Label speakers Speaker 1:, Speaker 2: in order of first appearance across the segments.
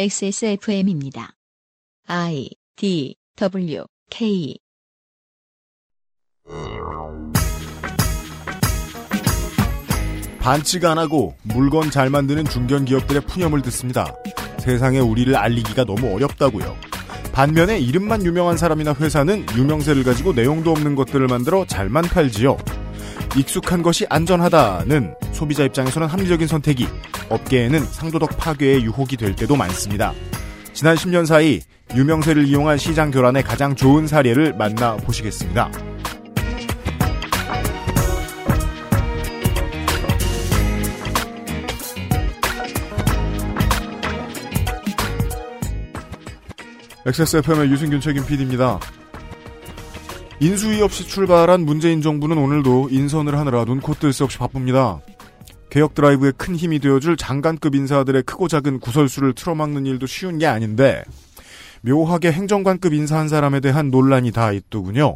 Speaker 1: XSFM입니다. I D W K
Speaker 2: 반칙 안 하고 물건 잘 만드는 중견 기업들의 푸념을 듣습니다. 세상에 우리를 알리기가 너무 어렵다고요. 반면에 이름만 유명한 사람이나 회사는 유명세를 가지고 내용도 없는 것들을 만들어 잘만 팔지요. 익숙한 것이 안전하다는 소비자 입장에서는 합리적인 선택이 업계에는 상도덕 파괴의 유혹이 될 때도 많습니다. 지난 10년 사이 유명세를 이용한 시장 교란의 가장 좋은 사례를 만나보시겠습니다. XSFM의 유승균 책임 PD입니다. 인수위 없이 출발한 문재인 정부는 오늘도 인선을 하느라 눈코 뜰 새 없이 바쁩니다. 개혁 드라이브에 큰 힘이 되어줄 장관급 인사들의 크고 작은 구설수를 틀어막는 일도 쉬운 게 아닌데 묘하게 행정관급 인사 한 사람에 대한 논란이 다 있더군요.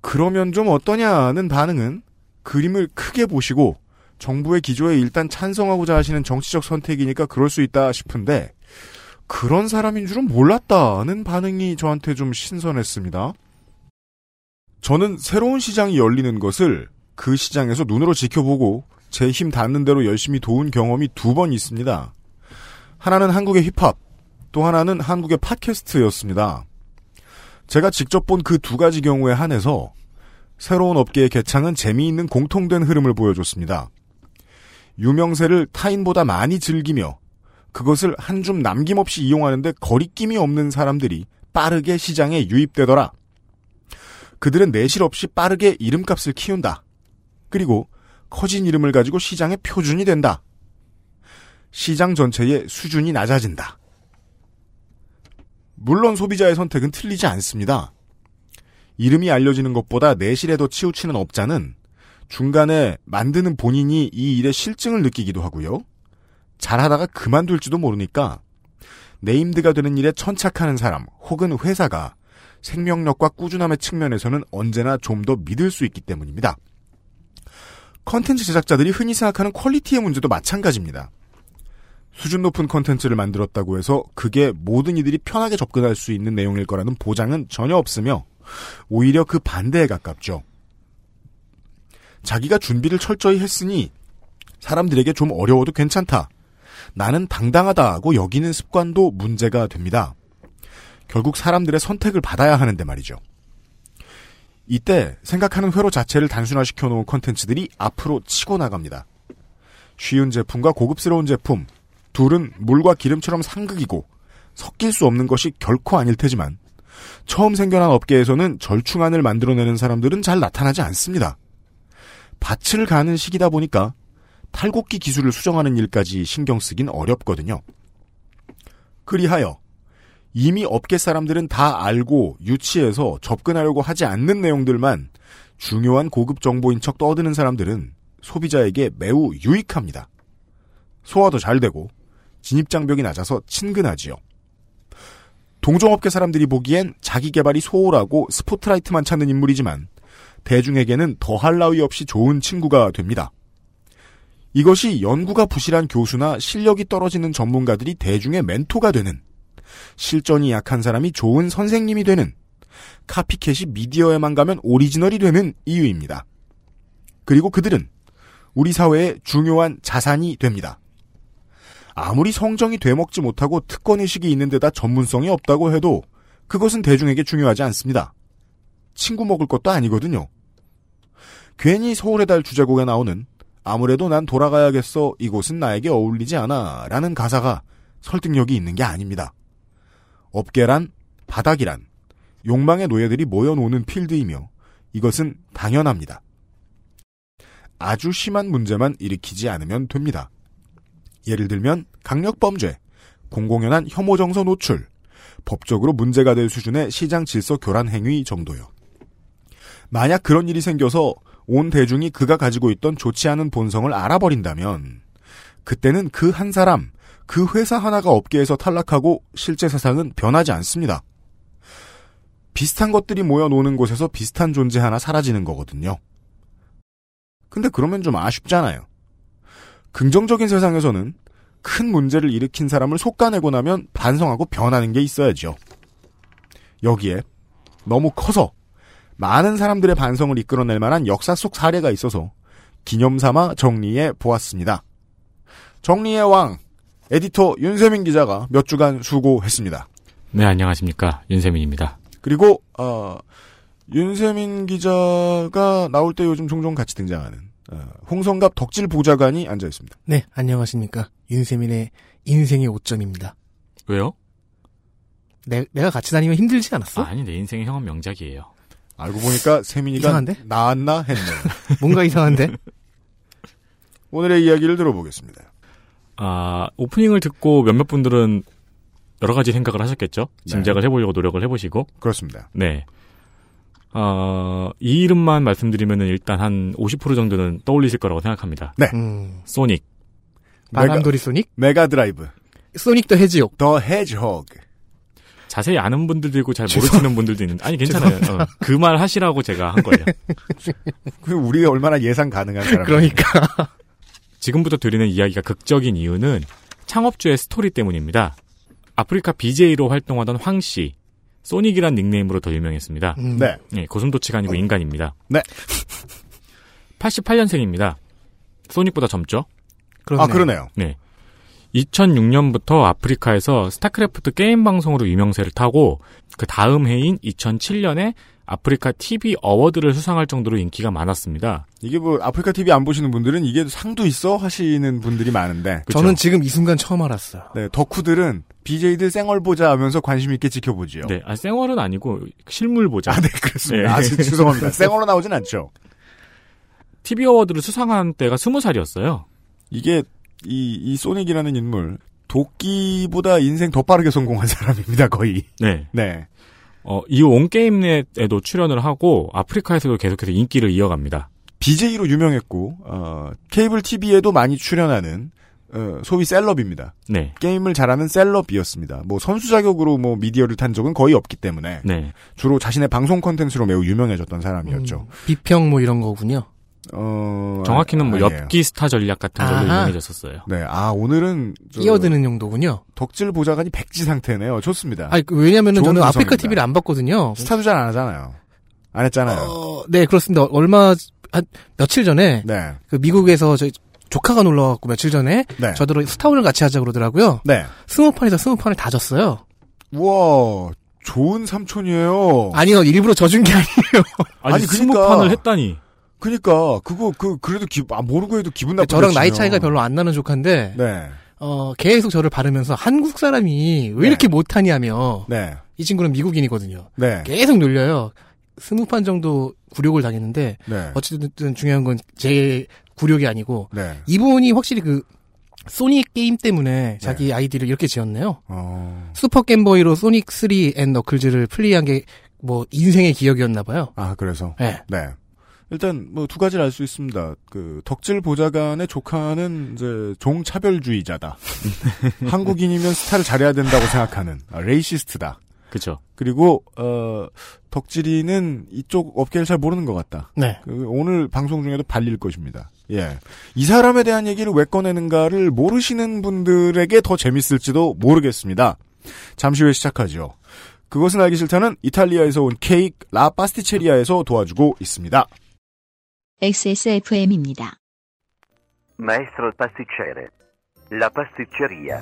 Speaker 2: 그러면 좀 어떠냐는 반응은 그림을 크게 보시고 정부의 기조에 일단 찬성하고자 하시는 정치적 선택이니까 그럴 수 있다 싶은데 그런 사람인 줄은 몰랐다는 반응이 저한테 좀 신선했습니다. 저는 새로운 시장이 열리는 것을 그 시장에서 눈으로 지켜보고 제 힘 닿는 대로 열심히 도운 경험이 두 번 있습니다. 하나는 한국의 힙합, 또 하나는 한국의 팟캐스트였습니다. 제가 직접 본 그 두 가지 경우에 한해서 새로운 업계의 개창은 재미있는 공통된 흐름을 보여줬습니다. 유명세를 타인보다 많이 즐기며 그것을 한 줌 남김없이 이용하는데 거리낌이 없는 사람들이 빠르게 시장에 유입되더라. 그들은 내실 없이 빠르게 이름값을 키운다. 그리고 커진 이름을 가지고 시장의 표준이 된다. 시장 전체의 수준이 낮아진다. 물론 소비자의 선택은 틀리지 않습니다. 이름이 알려지는 것보다 내실에 더 치우치는 업자는 중간에 만드는 본인이 이 일의 실증을 느끼기도 하고요. 잘하다가 그만둘지도 모르니까 네임드가 되는 일에 천착하는 사람 혹은 회사가 생명력과 꾸준함의 측면에서는 언제나 좀 더 믿을 수 있기 때문입니다. 컨텐츠 제작자들이 흔히 생각하는 퀄리티의 문제도 마찬가지입니다. 수준 높은 컨텐츠를 만들었다고 해서 그게 모든 이들이 편하게 접근할 수 있는 내용일 거라는 보장은 전혀 없으며 오히려 그 반대에 가깝죠. 자기가 준비를 철저히 했으니 사람들에게 좀 어려워도 괜찮다. 나는 당당하다고 여기는 습관도 문제가 됩니다. 결국 사람들의 선택을 받아야 하는데 말이죠. 이때 생각하는 회로 자체를 단순화시켜 놓은 컨텐츠들이 앞으로 치고 나갑니다. 쉬운 제품과 고급스러운 제품, 둘은 물과 기름처럼 상극이고 섞일 수 없는 것이 결코 아닐 테지만 처음 생겨난 업계에서는 절충안을 만들어내는 사람들은 잘 나타나지 않습니다. 밭을 가는 시기다 보니까 탈곡기 기술을 수정하는 일까지 신경 쓰긴 어렵거든요. 그리하여 이미 업계 사람들은 다 알고 유치해서 접근하려고 하지 않는 내용들만 중요한 고급 정보인 척 떠드는 사람들은 소비자에게 매우 유익합니다. 소화도 잘 되고 진입장벽이 낮아서 친근하지요. 동종업계 사람들이 보기엔 자기 개발이 소홀하고 스포트라이트만 찾는 인물이지만 대중에게는 더할 나위 없이 좋은 친구가 됩니다. 이것이 연구가 부실한 교수나 실력이 떨어지는 전문가들이 대중의 멘토가 되는, 실전이 약한 사람이 좋은 선생님이 되는, 카피캣이 미디어에만 가면 오리지널이 되는 이유입니다. 그리고 그들은 우리 사회의 중요한 자산이 됩니다. 아무리 성정이 되먹지 못하고 특권의식이 있는 데다 전문성이 없다고 해도 그것은 대중에게 중요하지 않습니다. 친구 먹을 것도 아니거든요. 괜히 서울의 달 주제곡에 나오는 아무래도 난 돌아가야겠어. 이곳은 나에게 어울리지 않아. 라는 가사가 설득력이 있는 게 아닙니다. 업계란 바닥이란 욕망의 노예들이 모여노는 필드이며 이것은 당연합니다. 아주 심한 문제만 일으키지 않으면 됩니다. 예를 들면 강력범죄, 공공연한 혐오정서 노출, 법적으로 문제가 될 수준의 시장 질서 교란 행위 정도요. 만약 그런 일이 생겨서 온 대중이 그가 가지고 있던 좋지 않은 본성을 알아버린다면 그때는 그 한 사람, 그 회사 하나가 업계에서 탈락하고 실제 세상은 변하지 않습니다. 비슷한 것들이 모여 노는 곳에서 비슷한 존재 하나 사라지는 거거든요. 근데 그러면 좀 아쉽잖아요. 긍정적인 세상에서는 큰 문제를 일으킨 사람을 솎아내고 나면 반성하고 변하는 게 있어야죠. 여기에 너무 커서 많은 사람들의 반성을 이끌어낼 만한 역사 속 사례가 있어서 기념 삼아 정리해 보았습니다. 정리의 왕 에디터 윤세민 기자가 몇 주간 수고했습니다.
Speaker 3: 네, 안녕하십니까. 윤세민입니다.
Speaker 2: 그리고 어, 윤세민 기자가 나올 때 요즘 종종 같이 등장하는 어, 홍성갑 덕질 보좌관이 앉아 있습니다.
Speaker 4: 네, 안녕하십니까. 윤세민의 인생의 오점입니다.
Speaker 3: 왜요?
Speaker 4: 내, 내가 같이 다니면 힘들지 않았어?
Speaker 3: 아니, 내 인생의 형은 명작이에요.
Speaker 2: 알고 보니까 세민이가
Speaker 4: 이상한데?
Speaker 2: 나았나 했네요.
Speaker 4: 뭔가 이상한데?
Speaker 2: 오늘의 이야기를 들어보겠습니다.
Speaker 3: 아, 오프닝을 듣고 몇몇 분들은 여러 가지 생각을 하셨겠죠? 짐작을 해보려고 노력을 해보시고.
Speaker 2: 그렇습니다.
Speaker 3: 네. 어, 이 이름만 말씀드리면은 일단 한 50% 정도는 떠올리실 거라고 생각합니다.
Speaker 4: 음,
Speaker 3: 소닉.
Speaker 4: 바람돌이 소닉?
Speaker 2: 메가 드라이브,
Speaker 4: 소닉 더 해지옥.
Speaker 2: 더 헤지호그.
Speaker 3: 자세히 아는 분들도 있고 잘 모르시는 분들도 있는데, 아니, 괜찮아요. 그 말 하시라고 제가 한 거예요.
Speaker 2: 그 우리 얼마나 예상 가능한 사람.
Speaker 4: 그러니까.
Speaker 3: 지금부터 드리는 이야기가 극적인 이유는 창업주의 스토리 때문입니다. 아프리카 BJ로 활동하던 황 씨, 소닉이란 닉네임으로 더 유명했습니다.
Speaker 4: 음,
Speaker 2: 네,
Speaker 3: 예, 고슴도치가 아니고 인간입니다.
Speaker 2: 네.
Speaker 3: 88년생입니다. 소닉보다 젊죠?
Speaker 4: 그러네.
Speaker 2: 아 그러네요.
Speaker 3: 2006년부터 아프리카에서 스타크래프트 게임 방송으로 유명세를 타고 그 다음 해인 2007년에 아프리카 TV 어워드를 수상할 정도로 인기가 많았습니다.
Speaker 2: 이게 뭐 아프리카 TV 안 보시는 분들은 이게 상도 있어 하시는 분들이 많은데,
Speaker 3: 그쵸?
Speaker 4: 저는 지금 이 순간 처음 알았어요.
Speaker 2: 네 덕후들은 BJ들 쌩얼 보자 하면서 관심 있게 지켜보지요.
Speaker 3: 네, 아, 생얼은 아니고 실물 보자.
Speaker 2: 아, 네, 그렇습니다.
Speaker 3: 네.
Speaker 2: 아, 지- 죄송합니다. 쌩얼로 나오진 않죠.
Speaker 3: TV 어워드를 수상한 때가 스무 살이었어요.
Speaker 2: 이게 이, 이 소닉이라는 인물 도끼보다 인생 더 빠르게 성공한 사람입니다 거의
Speaker 3: 네.
Speaker 2: 네
Speaker 3: 어, 이 온 게임 넷에도 출연을 하고 아프리카에서도 계속해서 인기를 이어갑니다.
Speaker 2: BJ로 유명했고 어, 케이블 TV에도 많이 출연하는 어, 소위 셀럽입니다
Speaker 3: 네.
Speaker 2: 게임을 잘하는 셀럽이었습니다 뭐 선수 자격으로 뭐 미디어를 탄 적은 거의 없기 때문에
Speaker 3: 네.
Speaker 2: 주로 자신의 방송 콘텐츠로 매우 유명해졌던 사람이었죠
Speaker 4: 음, 비평 뭐 이런 거군요.
Speaker 2: 어,
Speaker 3: 정확히는 뭐
Speaker 2: 아니에요.
Speaker 3: 엽기 스타 전략 같은 걸로
Speaker 4: 아하.
Speaker 3: 유명해졌었어요.
Speaker 2: 네, 아 오늘은 저
Speaker 4: 끼어드는 용도군요.
Speaker 2: 덕질 보좌관이 백지 상태네요. 좋습니다.
Speaker 4: 아니, 그
Speaker 2: 좋은
Speaker 4: 왜냐면은 저는 아프리카
Speaker 2: 구성입니다.
Speaker 4: TV를 안 봤거든요.
Speaker 2: 스타도 잘 안 하잖아요. 안 했잖아요.
Speaker 4: 어, 네, 그렇습니다. 얼마, 한, 며칠 전에,
Speaker 2: 네,
Speaker 4: 그 미국에서 저희 조카가 놀러 와갖고 며칠 전에,
Speaker 2: 네,
Speaker 4: 저더러 스타운을 같이 하자 그러더라고요.
Speaker 2: 네.
Speaker 4: 스무판에서 스무판을 다 졌어요.
Speaker 2: 우와, 좋은 삼촌이에요.
Speaker 4: 아니요, 일부러 져준 게 아니에요.
Speaker 3: 아니,
Speaker 2: 아니,
Speaker 3: 스무
Speaker 2: 그러니까.
Speaker 3: 판을 했다니.
Speaker 2: 그니까 그거 그 그래도 기, 아, 모르고 해도 기분 나쁘
Speaker 4: 네, 저랑 나이 차이가 별로 안 나는 조카인데,
Speaker 2: 네,
Speaker 4: 어, 계속 저를 바르면서 한국 사람이 왜 이렇게 못하냐며
Speaker 2: 네,
Speaker 4: 이 친구는 미국인이거든요.
Speaker 2: 네,
Speaker 4: 계속 놀려요. 스무 판 정도 굴욕을 당했는데
Speaker 2: 네,
Speaker 4: 어쨌든 중요한 건 제 굴욕이 아니고
Speaker 2: 네.
Speaker 4: 이분이 확실히 그 소닉 게임 때문에 자기 아이디를 이렇게 지었네요.
Speaker 2: 어,
Speaker 4: 슈퍼 겜보이로 소닉 3 앤 너클즈를 플레이한 게 뭐 인생의 기억이었나 봐요.
Speaker 2: 아 그래서
Speaker 4: 예.
Speaker 2: 네. 일단 뭐 두 가지를 알 수 있습니다. 그 덕질 보좌관의 조카는 이제 종차별주의자다. 한국인이면 스타를 잘해야 된다고 생각하는 아, 레이시스트다.
Speaker 3: 그쵸.
Speaker 2: 그리고 어 덕질이는 이쪽 업계를 잘 모르는 것 같다.
Speaker 4: 네.
Speaker 2: 그 오늘 방송 중에도 발릴 것입니다. 예. 이 사람에 대한 얘기를 왜 꺼내는가를 모르시는 분들에게 더 재밌을지도 모르겠습니다. 잠시 후에 시작하죠. 그것은 알기 싫다는 이탈리아에서 온 케이크 라 파스티체리아에서 도와주고 있습니다.
Speaker 1: XSFM입니다.
Speaker 5: Maestro pasticcere. La pasticceria.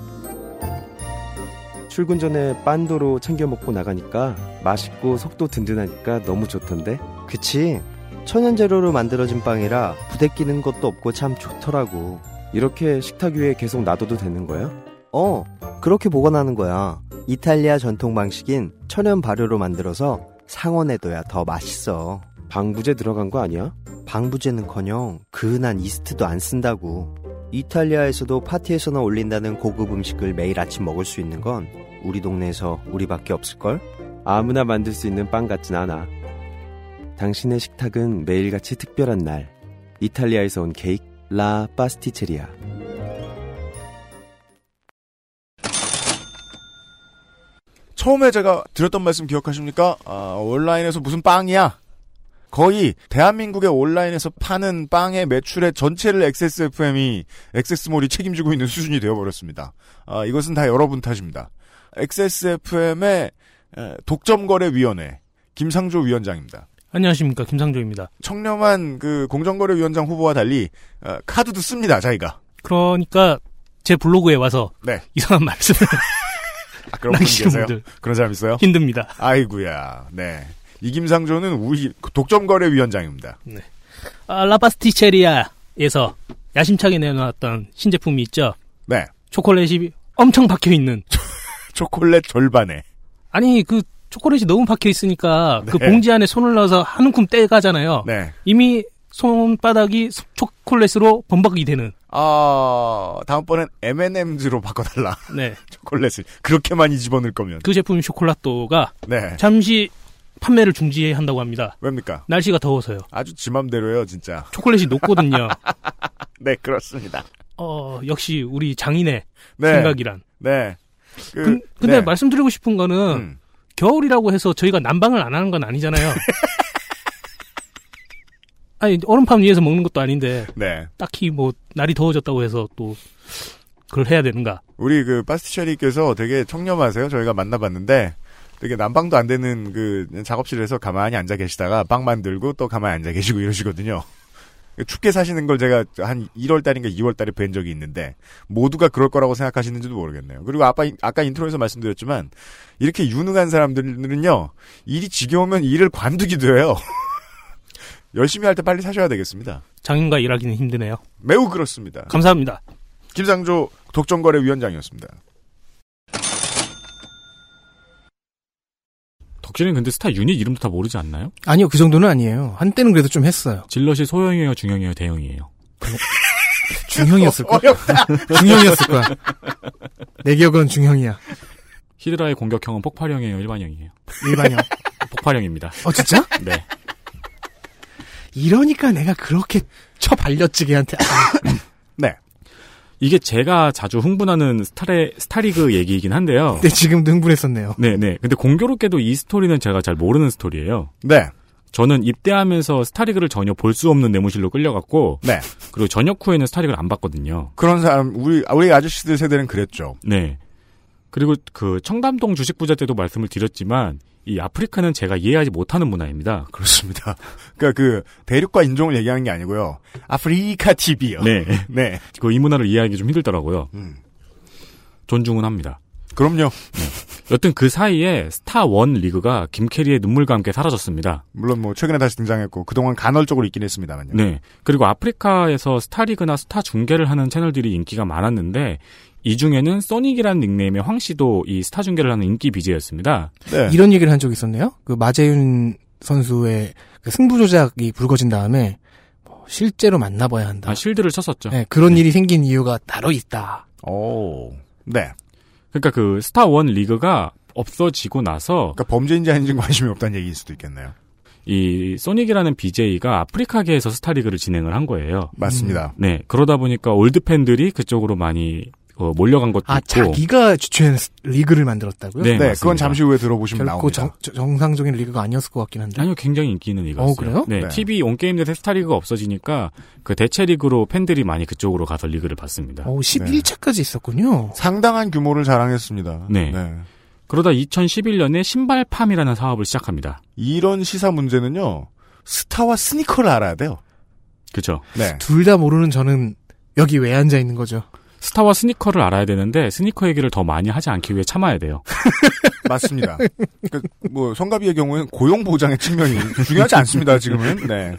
Speaker 6: 출근 전에 빤도로 챙겨 먹고 나가니까 맛있고 속도 든든하니까 너무 좋던데?
Speaker 7: 그치 천연 재료로 만들어진 빵이라 부대끼는 것도 없고 참 좋더라고
Speaker 6: 이렇게 식탁 위에 계속 놔둬도 되는 거야?
Speaker 7: 어 그렇게 보관하는 거야 이탈리아 전통 방식인 천연 발효로 만들어서 상온에둬야 더 맛있어
Speaker 6: 방부제 들어간 거 아니야?
Speaker 7: 방부제는커녕 그은한 이스트도 안 쓴다고 이탈리아에서도 파티에서나 올린다는 고급 음식을 매일 아침 먹을 수 있는 건 우리 동네에서 우리밖에 없을걸?
Speaker 6: 아무나 만들 수 있는 빵 같진 않아. 당신의 식탁은 매일같이 특별한 날. 이탈리아에서 온 케이크 라 파스티체리아.
Speaker 2: 처음에 제가 드렸던 말씀 기억하십니까? 아, 온라인에서 무슨 빵이야? 거의 대한민국의 온라인에서 파는 빵의 매출의 전체를 XSFM이 XS몰이 책임지고 있는 수준이 되어버렸습니다. 아, 이것은 다 여러분 탓입니다. XSFM의 독점거래위원회 김상조 위원장입니다.
Speaker 8: 안녕하십니까 김상조입니다.
Speaker 2: 청렴한 그 공정거래위원장 후보와 달리 어, 카드도 씁니다 자기가.
Speaker 8: 그러니까 제 블로그에 와서
Speaker 2: 네.
Speaker 8: 이상한 말씀을
Speaker 2: 아, 그런 분
Speaker 8: 남기시는
Speaker 2: 계세요?
Speaker 8: 분들
Speaker 2: 그런 사람 있어요?
Speaker 8: 힘듭니다.
Speaker 2: 아이구야. 네. 이김상조는 우리 독점거래위원장입니다.
Speaker 8: 아, 라파스티체리아에서 야심차게 내놓았던 신제품이 있죠.
Speaker 2: 네.
Speaker 8: 초콜릿이 엄청 박혀 있는.
Speaker 2: 초콜릿 절반에.
Speaker 8: 아니 그 초콜릿이 너무 박혀 있으니까 그
Speaker 2: 네.
Speaker 8: 봉지 안에 손을 넣어서 한 움큼 떼가잖아요.
Speaker 2: 네.
Speaker 8: 이미 손바닥이 소- 초콜릿으로 범벅이 되는.
Speaker 2: 아, 다음번엔 M&Ms로 바꿔달라.
Speaker 8: 네.
Speaker 2: 초콜릿을. 그렇게 많이 집어넣을 거면.
Speaker 8: 그 제품 쇼콜라또가
Speaker 2: 네.
Speaker 8: 잠시 판매를 중지해야 한다고 합니다.
Speaker 2: 왜입니까?
Speaker 8: 날씨가 더워서요.
Speaker 2: 아주 지맘대로요, 진짜.
Speaker 8: 초콜릿이 녹거든요.
Speaker 2: 네, 그렇습니다.
Speaker 8: 어, 역시 우리 장인의
Speaker 2: 네.
Speaker 8: 생각이란.
Speaker 2: 네. 그,
Speaker 8: 근, 근데
Speaker 2: 네.
Speaker 8: 말씀드리고 싶은 거는
Speaker 2: 음.
Speaker 8: 겨울이라고 해서 저희가 난방을 안 하는 건 아니잖아요. 아니 얼음판 위에서 먹는 것도 아닌데
Speaker 2: 네.
Speaker 8: 딱히 뭐 날이 더워졌다고 해서 또 그걸 해야 되는가?
Speaker 2: 우리 그 파스티셔리께서 되게 청렴하세요. 저희가 만나봤는데 되게 난방도 안 되는 그 작업실에서 가만히 앉아 계시다가 빵 만들고 또 가만히 앉아 계시고 이러시거든요. 춥게 사시는 걸 제가 한 1월 달인가 2월 달에 뵌 적이 있는데 모두가 그럴 거라고 생각하시는지도 모르겠네요. 그리고 아까 아까 인트로에서 말씀드렸지만 이렇게 유능한 사람들은요 일이 지겨우면 일을 관두기도 해요. 열심히 할 때 빨리 사셔야 되겠습니다.
Speaker 8: 장인과 일하기는 힘드네요.
Speaker 2: 매우 그렇습니다.
Speaker 8: 감사합니다.
Speaker 2: 김상조 독점거래위원장이었습니다.
Speaker 3: 덕질은 근데 스타 유닛 이름도 다 모르지 않나요?
Speaker 4: 아니요, 그 정도는 아니에요. 한때는 그래도 좀 했어요.
Speaker 3: 질럿이 소형이에요, 중형이에요, 대형이에요.
Speaker 4: 중형이었을 거야.
Speaker 2: 어렵다.
Speaker 4: 중형이었을 거야. 내 기억은 중형이야.
Speaker 3: 히드라의 공격형은 폭발형이에요, 일반형이에요.
Speaker 4: 일반형.
Speaker 3: 폭발형입니다.
Speaker 4: 어, 진짜?
Speaker 3: 네.
Speaker 4: 이러니까 내가 그렇게 쳐 발려치기한테.
Speaker 2: 네.
Speaker 3: 이게 제가 자주 흥분하는 스타레, 스타리그 얘기이긴 한데요.
Speaker 4: 근데 지금도 흥분했었네요.
Speaker 3: 네, 네. 근데 공교롭게도 이 스토리는 제가 잘 모르는 스토리예요.
Speaker 2: 네.
Speaker 3: 저는 입대하면서 스타리그를 전혀 볼 수 없는 내무실로 끌려갔고,
Speaker 2: 네.
Speaker 3: 그리고 전역 후에는 스타리그를 안 봤거든요.
Speaker 2: 그런 사람 우리 우리 아저씨들 세대는 그랬죠.
Speaker 3: 네. 그리고 그 청담동 주식 부자 때도 말씀을 드렸지만, 이 아프리카는 제가 이해하지 못하는 문화입니다.
Speaker 2: 그렇습니다. 그러니까 그 대륙과 인종을 얘기하는 게 아니고요. 아프리카 TV요.
Speaker 3: 네.
Speaker 2: 네.
Speaker 3: 그 이 문화를 이해하기 좀 힘들더라고요.
Speaker 2: 음.
Speaker 3: 존중은 합니다.
Speaker 2: 그럼요.
Speaker 3: 여튼 그 사이에 스타 원 리그가 김캐리의 눈물과 함께 사라졌습니다.
Speaker 2: 물론 뭐 최근에 다시 등장했고 그동안 간헐적으로 있긴 했습니다만요.
Speaker 3: 네. 그리고 아프리카에서 스타리그나 스타 중계를 하는 채널들이 인기가 많았는데 이 중에는 써닉이라는 닉네임의 황 씨도 이 스타 중계를 하는 인기 BJ였습니다.
Speaker 2: 네.
Speaker 4: 이런 얘기를 한 적이 있었네요. 그 마재윤 선수의 그 승부 조작이 불거진 다음에 뭐 실제로 만나봐야 한다.
Speaker 3: 아, 실드를 쳤었죠.
Speaker 4: 네, 그런 일이 생긴 이유가 따로 있다.
Speaker 2: 오. 네.
Speaker 3: 그러니까 그 스타 원 리그가 없어지고 나서
Speaker 2: 그러니까 범죄인지 아닌지 관심이 없다는 얘기일 수도 있겠네요.
Speaker 3: 이 써닉이라는 BJ가 아프리카계에서 스타리그를 진행을 한 거예요.
Speaker 2: 맞습니다.
Speaker 3: 네. 그러다 보니까 올드 팬들이 그쪽으로 많이 어, 몰려간 것도
Speaker 4: 아,
Speaker 3: 있고.
Speaker 4: 자기가 주최한 스- 리그를 만들었다고요?
Speaker 3: 네,
Speaker 2: 네.
Speaker 3: 맞습니다.
Speaker 2: 그건 잠시 후에 들어보시면
Speaker 4: 결코
Speaker 2: 나옵니다.
Speaker 4: 정, 저- 정상적인 리그가 아니었을 것 같긴 한데.
Speaker 3: 아니요, 굉장히 인기 있는 리그였어요.
Speaker 4: 어, 그래요?
Speaker 3: 네,
Speaker 2: 네.
Speaker 3: TV 온게임들 스타리그가 없어지니까 그 대체 리그로 팬들이 많이 그쪽으로 가서 리그를 봤습니다.
Speaker 4: 어, 11차까지 있었군요.
Speaker 2: 상당한 규모를 자랑했습니다.
Speaker 3: 네. 그러다 2011년에 신발팜이라는 사업을 시작합니다.
Speaker 2: 이런 시사 문제는요. 스타와 스니커를 알아야 돼요.
Speaker 3: 그죠?
Speaker 2: 네.
Speaker 4: 둘 다 모르는 저는 여기 왜 앉아 있는 거죠?
Speaker 3: 스타와 스니커를 알아야 되는데 스니커 얘기를 더 많이 하지 않기 위해 참아야 돼요.
Speaker 2: 맞습니다. 그러니까 뭐 성가비의 경우에는 고용 보장의 측면이 중요하지 않습니다. 지금은 네.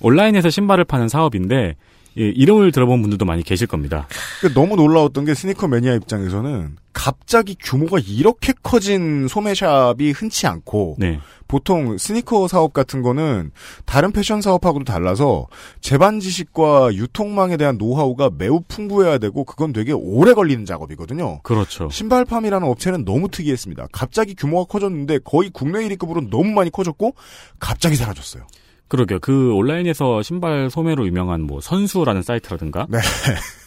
Speaker 3: 온라인에서 신발을 파는 사업인데 예, 이름을 들어본 분들도 많이 계실 겁니다.
Speaker 2: 그 너무 놀라웠던 게 스니커 매니아 입장에서는 갑자기 규모가 이렇게 커진 소매샵이 흔치 않고
Speaker 3: 네.
Speaker 2: 보통 스니커 사업 같은 거는 다른 패션 사업하고도 달라서 재반 지식과 유통망에 대한 노하우가 매우 풍부해야 되고 그건 되게 오래 걸리는 작업이거든요.
Speaker 3: 그렇죠.
Speaker 2: 신발팜이라는 업체는 너무 특이했습니다. 갑자기 규모가 커졌는데 거의 국내 1위급으로 너무 많이 커졌고 갑자기 사라졌어요.
Speaker 3: 그러게요. 그 온라인에서 신발 소매로 유명한 뭐 선수라는 사이트라든가
Speaker 2: 네.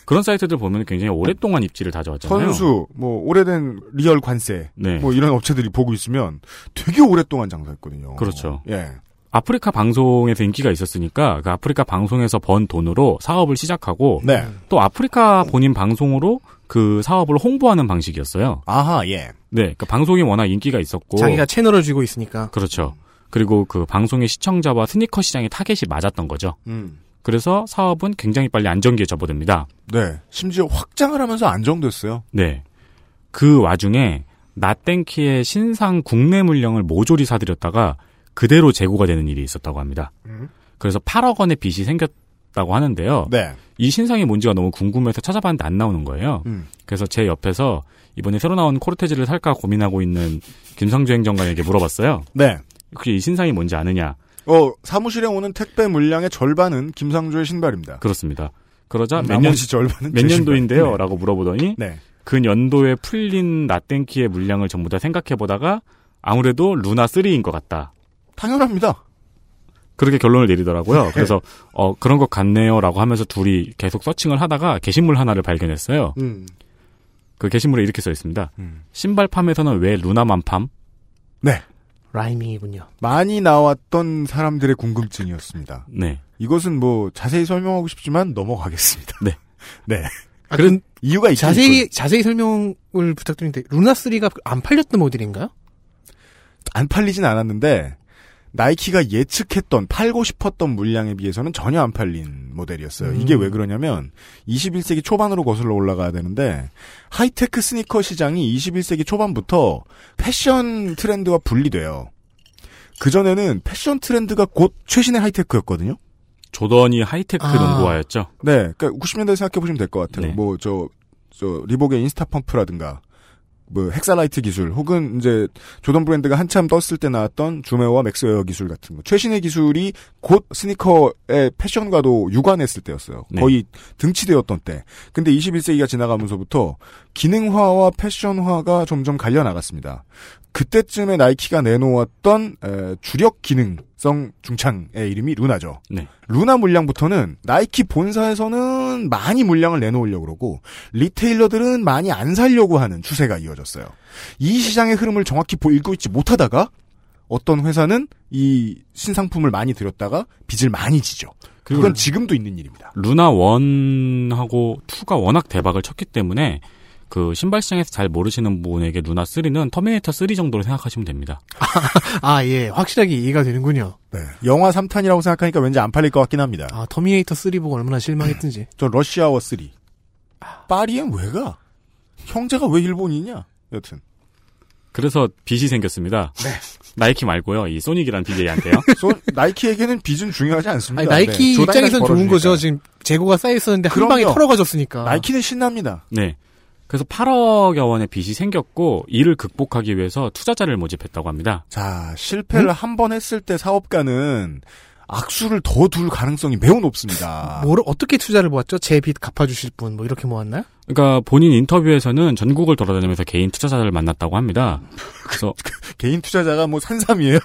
Speaker 3: 그런 사이트들 보면 굉장히 오랫동안 입지를 다져왔잖아요.
Speaker 2: 선수, 뭐 오래된 리얼 관세,
Speaker 3: 네.
Speaker 2: 뭐 이런 업체들이 보고 있으면 되게 오랫동안 장사했거든요.
Speaker 3: 그렇죠.
Speaker 2: 예.
Speaker 3: 아프리카 방송에서 인기가 있었으니까 그 아프리카 방송에서 번 돈으로 사업을 시작하고
Speaker 2: 네.
Speaker 3: 또 아프리카 본인 방송으로 그 사업을 홍보하는 방식이었어요.
Speaker 2: 아하, 예.
Speaker 3: 네, 그 방송이 워낙 인기가 있었고
Speaker 4: 자기가 채널을 쥐고 있으니까.
Speaker 3: 그렇죠. 그리고 그 방송의 시청자와 스니커 시장의 타겟이 맞았던 거죠.
Speaker 2: 음.
Speaker 3: 그래서 사업은 굉장히 빨리 안정기에 접어듭니다.
Speaker 2: 네. 심지어 확장을 하면서 안정됐어요.
Speaker 3: 네. 그 와중에 나땡키의 신상 국내 물량을 모조리 사들였다가 그대로 재고가 되는 일이 있었다고 합니다.
Speaker 4: 음.
Speaker 3: 그래서 8억 원의 빚이 생겼다고 하는데요.
Speaker 2: 네.
Speaker 3: 이 신상이 뭔지가 너무 궁금해서 찾아봤는데 안 나오는 거예요.
Speaker 2: 음.
Speaker 3: 그래서 제 옆에서 이번에 새로 나온 코르테즈를 살까 고민하고 있는 김성주 행정관에게 물어봤어요.
Speaker 2: 네.
Speaker 3: 혹시 이 신상이 뭔지 아느냐?
Speaker 2: 어, 사무실에 오는 택배 물량의 절반은 김상조의 신발입니다.
Speaker 3: 그렇습니다. 그러자 몇, 년,
Speaker 2: 나머지 절반은
Speaker 3: 몇
Speaker 2: 제
Speaker 3: 년도인데요?
Speaker 2: 신발입니다.
Speaker 3: 라고 물어보더니
Speaker 2: 네.
Speaker 3: 그 연도에 풀린 나땡키의 물량을 전부 다 생각해보다가 아무래도 루나 3인 것 같다.
Speaker 2: 당연합니다.
Speaker 3: 그렇게 결론을
Speaker 2: 네.
Speaker 3: 내리더라고요. 그래서 어 그런 것 같네요라고 하면서 둘이 계속 서칭을 하다가 게시물 하나를 발견했어요.
Speaker 2: 음.
Speaker 3: 그 게시물에 이렇게 써 있습니다. 신발 팜에서는 왜 루나만 팜?
Speaker 4: 라이밍이군요.
Speaker 2: 많이 나왔던 사람들의 궁금증이었습니다.
Speaker 3: 네.
Speaker 2: 이것은 뭐 자세히 설명하고 싶지만 넘어가겠습니다.
Speaker 3: 네.
Speaker 2: 네.
Speaker 4: 아, 그런
Speaker 2: 이유가 있죠.
Speaker 4: 자세히 자세히 설명을 부탁드리는데 루나 3가 안 팔렸던 모델인가요?
Speaker 2: 안 팔리진 않았는데 나이키가 예측했던 팔고 싶었던 물량에 비해서는 전혀 안 팔린 모델이었어요. 이게 왜 그러냐면 21세기 초반으로 거슬러 올라가야 되는데 하이테크 스니커 시장이 21세기 초반부터 패션 트렌드와 분리돼요. 그전에는 패션 트렌드가 곧 최신의 하이테크였거든요.
Speaker 3: 조던이 하이테크
Speaker 4: 아.
Speaker 3: 농구화였죠.
Speaker 2: 네, 그러니까 90년대 생각해 보시면 될 것 같아요.
Speaker 3: 네.
Speaker 2: 뭐 저 저 리복의 인스타 펌프라든가 뭐 헥사라이트 기술 혹은 이제 조던 브랜드가 한참 떴을 때 나왔던 주메어와 맥스웨어 기술 같은 거 최신의 기술이 곧 스니커의 패션과도 유관했을 때였어요.
Speaker 3: 네.
Speaker 2: 거의 등치되었던 때. 근데 21세기가 지나가면서부터 기능화와 패션화가 점점 갈려 나갔습니다. 그때쯤에 나이키가 내놓았던 에, 주력 기능성 중창의 이름이 루나죠.
Speaker 3: 네.
Speaker 2: 루나 물량부터는 나이키 본사에서는 많이 물량을 내놓으려고 그러고 리테일러들은 많이 안 살려고 하는 추세가 이어졌어요. 이 시장의 흐름을 정확히 보- 읽고 있지 못하다가 어떤 회사는 이 신상품을 많이 들였다가 빚을 많이 지죠.
Speaker 3: 그리고
Speaker 2: 그건 지금도 있는 일입니다.
Speaker 3: 루나 1하고 2가 워낙 대박을 쳤기 때문에 그 신발 시장에서 잘 모르시는 분에게 루나 3는 터미네이터 3 정도로 생각하시면 됩니다.
Speaker 4: 아, 예. 확실하게 이해가 되는군요.
Speaker 2: 네. 영화 3탄이라고 생각하니까 왠지 안 팔릴 것 같긴 합니다.
Speaker 4: 아, 터미네이터 3 보고 얼마나 실망했든지.
Speaker 2: 저 러시아워 3.
Speaker 4: 아.
Speaker 2: 파리엔 왜 가? 형제가 왜 일본이냐? 여튼.
Speaker 3: 그래서 빚이 생겼습니다. 나이키 말고요. 이 소닉이란 BJ한테요.
Speaker 2: 소- 나이키에게는 빚은 중요하지 않습니다.
Speaker 4: 아니, 나이키
Speaker 2: 네, 조단이라서
Speaker 4: 입장에선 좋은
Speaker 2: 벌어주니까.
Speaker 4: 거죠. 지금 아. 재고가 쌓여 있었는데 한
Speaker 2: 그럼요.
Speaker 4: 방에 털어가졌으니까.
Speaker 2: 나이키는 신납니다.
Speaker 3: 네. 그래서 8억여 원의 빚이 생겼고 이를 극복하기 위해서 투자자를 모집했다고 합니다.
Speaker 2: 자, 실패를 한 번 했을 때 사업가는 악수를 더 둘 가능성이 매우 높습니다.
Speaker 4: 뭐를 어떻게 투자를 모았죠? 제 빚 갚아주실 분 뭐 이렇게 모았나요?
Speaker 3: 그러니까 본인 인터뷰에서는 전국을 돌아다니면서 개인 투자자를 만났다고 합니다. 그래서
Speaker 2: 개인 투자자가 뭐 산삼이에요?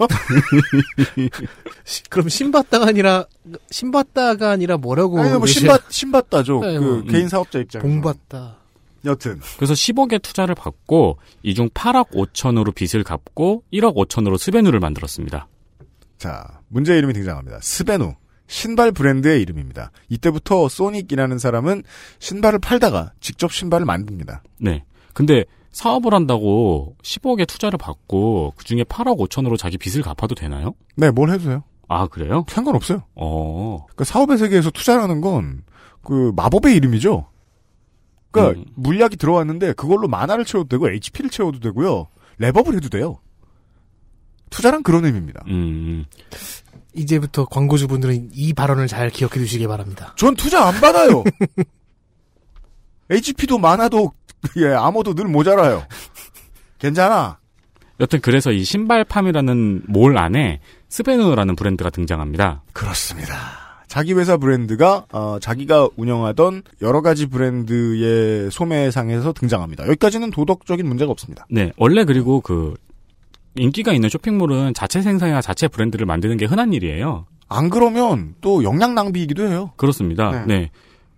Speaker 4: 시- 그럼 신봤다가 아니라 신봤다가 아니라 뭐라고?
Speaker 2: 아니, 뭐
Speaker 4: 얘기해요?
Speaker 2: 신받, 신받다죠.
Speaker 4: 네,
Speaker 2: 그
Speaker 4: 뭐,
Speaker 3: 음.
Speaker 2: 개인 사업자 입장에서.
Speaker 4: 봉봤다.
Speaker 2: 여튼.
Speaker 3: 그래서 10억의 투자를 받고 이 중 8억 5천으로 빚을 갚고 1억 5천으로 스베누를 만들었습니다.
Speaker 2: 자, 문제의 이름이 등장합니다. 스베누. 신발 브랜드의 이름입니다. 이때부터 소닉이라는 사람은 신발을 팔다가 직접 신발을 만듭니다.
Speaker 3: 네. 근데 사업을 한다고 10억의 투자를 받고 그중에 8억 5천으로 자기 빚을 갚아도 되나요?
Speaker 2: 네, 뭘 해도 돼요.
Speaker 3: 아, 그래요?
Speaker 2: 상관없어요.
Speaker 3: 어.
Speaker 2: 그러니까 사업의 세계에서 투자라는 건 그 마법의 이름이죠. 그러니까
Speaker 3: 음.
Speaker 2: 물약이 들어왔는데 그걸로 만화를 채워도 되고 HP를 채워도 되고요. 랩업을 해도 돼요. 투자란 그런 의미입니다.
Speaker 3: 음.
Speaker 4: 이제부터 광고주분들은 이 발언을 잘 기억해 두시기 바랍니다.
Speaker 2: 전 투자 안 받아요. HP도 만화도 예, 암호도 늘 모자라요. 괜찮아.
Speaker 3: 여튼 그래서 이 신발팜이라는 몰 안에 스베누라는 브랜드가 등장합니다.
Speaker 2: 그렇습니다. 자기 회사 브랜드가 어, 자기가 운영하던 여러 가지 브랜드의 소매상에서 등장합니다. 여기까지는 도덕적인 문제가 없습니다.
Speaker 3: 네, 원래 그리고 그 인기가 있는 쇼핑몰은 자체 생산이나 자체 브랜드를 만드는 게 흔한 일이에요.
Speaker 2: 안 그러면 또 영양 낭비이기도 해요.
Speaker 3: 그렇습니다.
Speaker 2: 네.
Speaker 3: 네.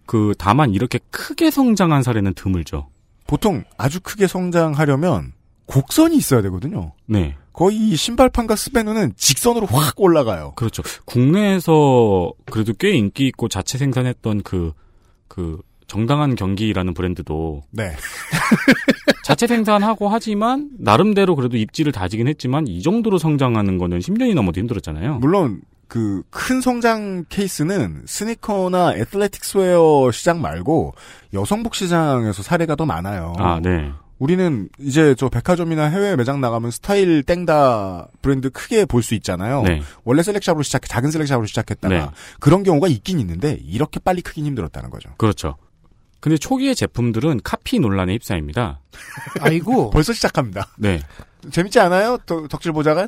Speaker 3: 그 다만 이렇게 크게 성장한 사례는 드물죠.
Speaker 2: 보통 아주 크게 성장하려면 곡선이 있어야 되거든요.
Speaker 3: 네.
Speaker 2: 거의 이 신발판과 스베누는 직선으로 확 올라가요.
Speaker 3: 그렇죠. 국내에서 그래도 꽤 인기 있고 자체 생산했던 그, 그, 정당한 경기라는 브랜드도
Speaker 2: 네.
Speaker 3: 자체 생산하고 하지만 나름대로 그래도 입지를 다지긴 했지만 이 정도로 성장하는 거는 10년이 넘어도 힘들었잖아요.
Speaker 2: 물론 그 큰 성장 케이스는 스니커나 애틀레틱스웨어 시장 말고 여성복 시장에서 사례가 더 많아요.
Speaker 3: 아, 네.
Speaker 2: 우리는 이제 저 백화점이나 해외 매장 나가면 스타일 땡다 브랜드 크게 볼 수 있잖아요.
Speaker 3: 네.
Speaker 2: 원래 셀렉샵으로 시작 작은 셀렉샵으로 시작했다가
Speaker 3: 네.
Speaker 2: 그런 경우가 있긴 있는데 이렇게 빨리 크긴 힘들었다는 거죠.
Speaker 3: 그렇죠. 근데 초기의 제품들은 카피 논란에 휩싸입니다.
Speaker 4: 아이고,
Speaker 2: 벌써 시작합니다.
Speaker 3: 네.
Speaker 2: 재밌지 않아요? 덕- 덕질 보자간?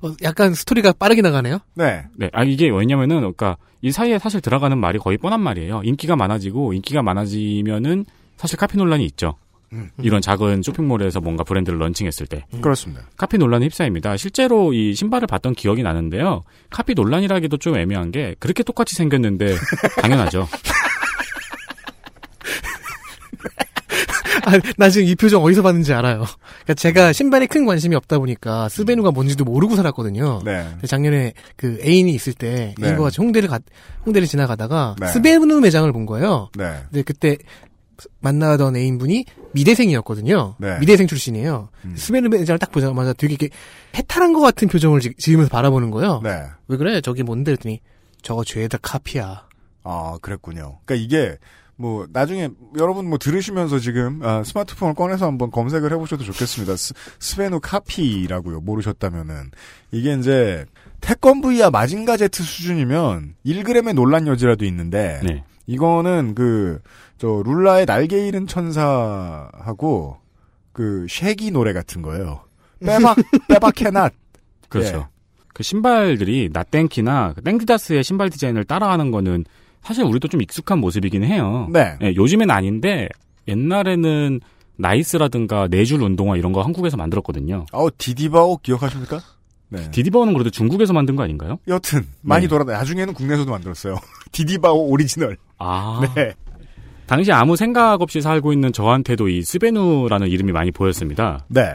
Speaker 4: 어, 약간 스토리가 빠르게 나가네요?
Speaker 2: 네.
Speaker 3: 네. 아, 이게 왜냐면은, 그니까, 이 사이에 사실 들어가는 말이 거의 뻔한 말이에요. 인기가 많아지고, 인기가 많아지면은, 사실 카피 논란이 있죠.
Speaker 2: 음.
Speaker 3: 이런 작은 쇼핑몰에서 뭔가 브랜드를 런칭했을 때.
Speaker 2: 그렇습니다.
Speaker 3: 카피 논란에 휩싸입니다. 실제로 이 신발을 봤던 기억이 나는데요. 카피 논란이라기도 좀 애매한 게, 그렇게 똑같이 생겼는데, 당연하죠.
Speaker 4: 아, 나 지금 이 표정 어디서 봤는지 알아요. 그러니까 제가 신발에 큰 관심이 없다 보니까 스베누가 뭔지도 모르고 살았거든요.
Speaker 2: 네.
Speaker 4: 작년에 그 애인이 있을 때
Speaker 2: 네.
Speaker 4: 애인과 같이 홍대를 가, 홍대를 지나가다가
Speaker 2: 네.
Speaker 4: 스베누 매장을 본 거예요.
Speaker 2: 네.
Speaker 4: 근데 그때 만나던 애인분이 미대생이었거든요.
Speaker 2: 네.
Speaker 4: 미대생 출신이에요.
Speaker 2: 음.
Speaker 4: 스베누 매장을 딱 보자마자 되게 이렇게 해탈한 것 같은 표정을 지- 지으면서 바라보는 거예요.
Speaker 2: 네.
Speaker 4: 왜 그래? 저기 뭔데? 그랬더니 저거 죄다 카피야.
Speaker 2: 아, 그랬군요. 그러니까 이게 뭐 나중에 여러분 뭐 들으시면서 지금 아, 스마트폰을 꺼내서 한번 검색을 해보셔도 좋겠습니다. 스, 스베누 카피라고요. 모르셨다면은 이게 이제 태권브이와 마징가 제트 수준이면 1g의 논란 여지라도 있는데
Speaker 3: 네.
Speaker 2: 이거는 그 저 룰라의 날개 잃은 천사하고 그 쉐기 노래 같은 거예요. 빼박 빼박 해낫
Speaker 3: 그렇죠.
Speaker 2: 예.
Speaker 3: 그 신발들이 나땡키나 그 땡디다스의 신발 디자인을 따라하는 거는 사실 우리도 좀 익숙한 모습이긴 해요.
Speaker 2: 네.
Speaker 3: 예, 요즘엔 아닌데 옛날에는 나이스라든가 네줄 운동화 이런 거 한국에서 만들었거든요.
Speaker 2: 어 디디바오 기억하십니까? 네.
Speaker 3: 디디버는 그래도 중국에서 만든 거 아닌가요?
Speaker 2: 여튼 많이
Speaker 3: 네.
Speaker 2: 돌아다 나중에는 국내에서도 만들었어요. 디디바오 오리지널.
Speaker 3: 아.
Speaker 2: 네.
Speaker 3: 당시 아무 생각 없이 살고 있는 저한테도 이 스베누라는 이름이 많이 보였습니다.
Speaker 2: 네.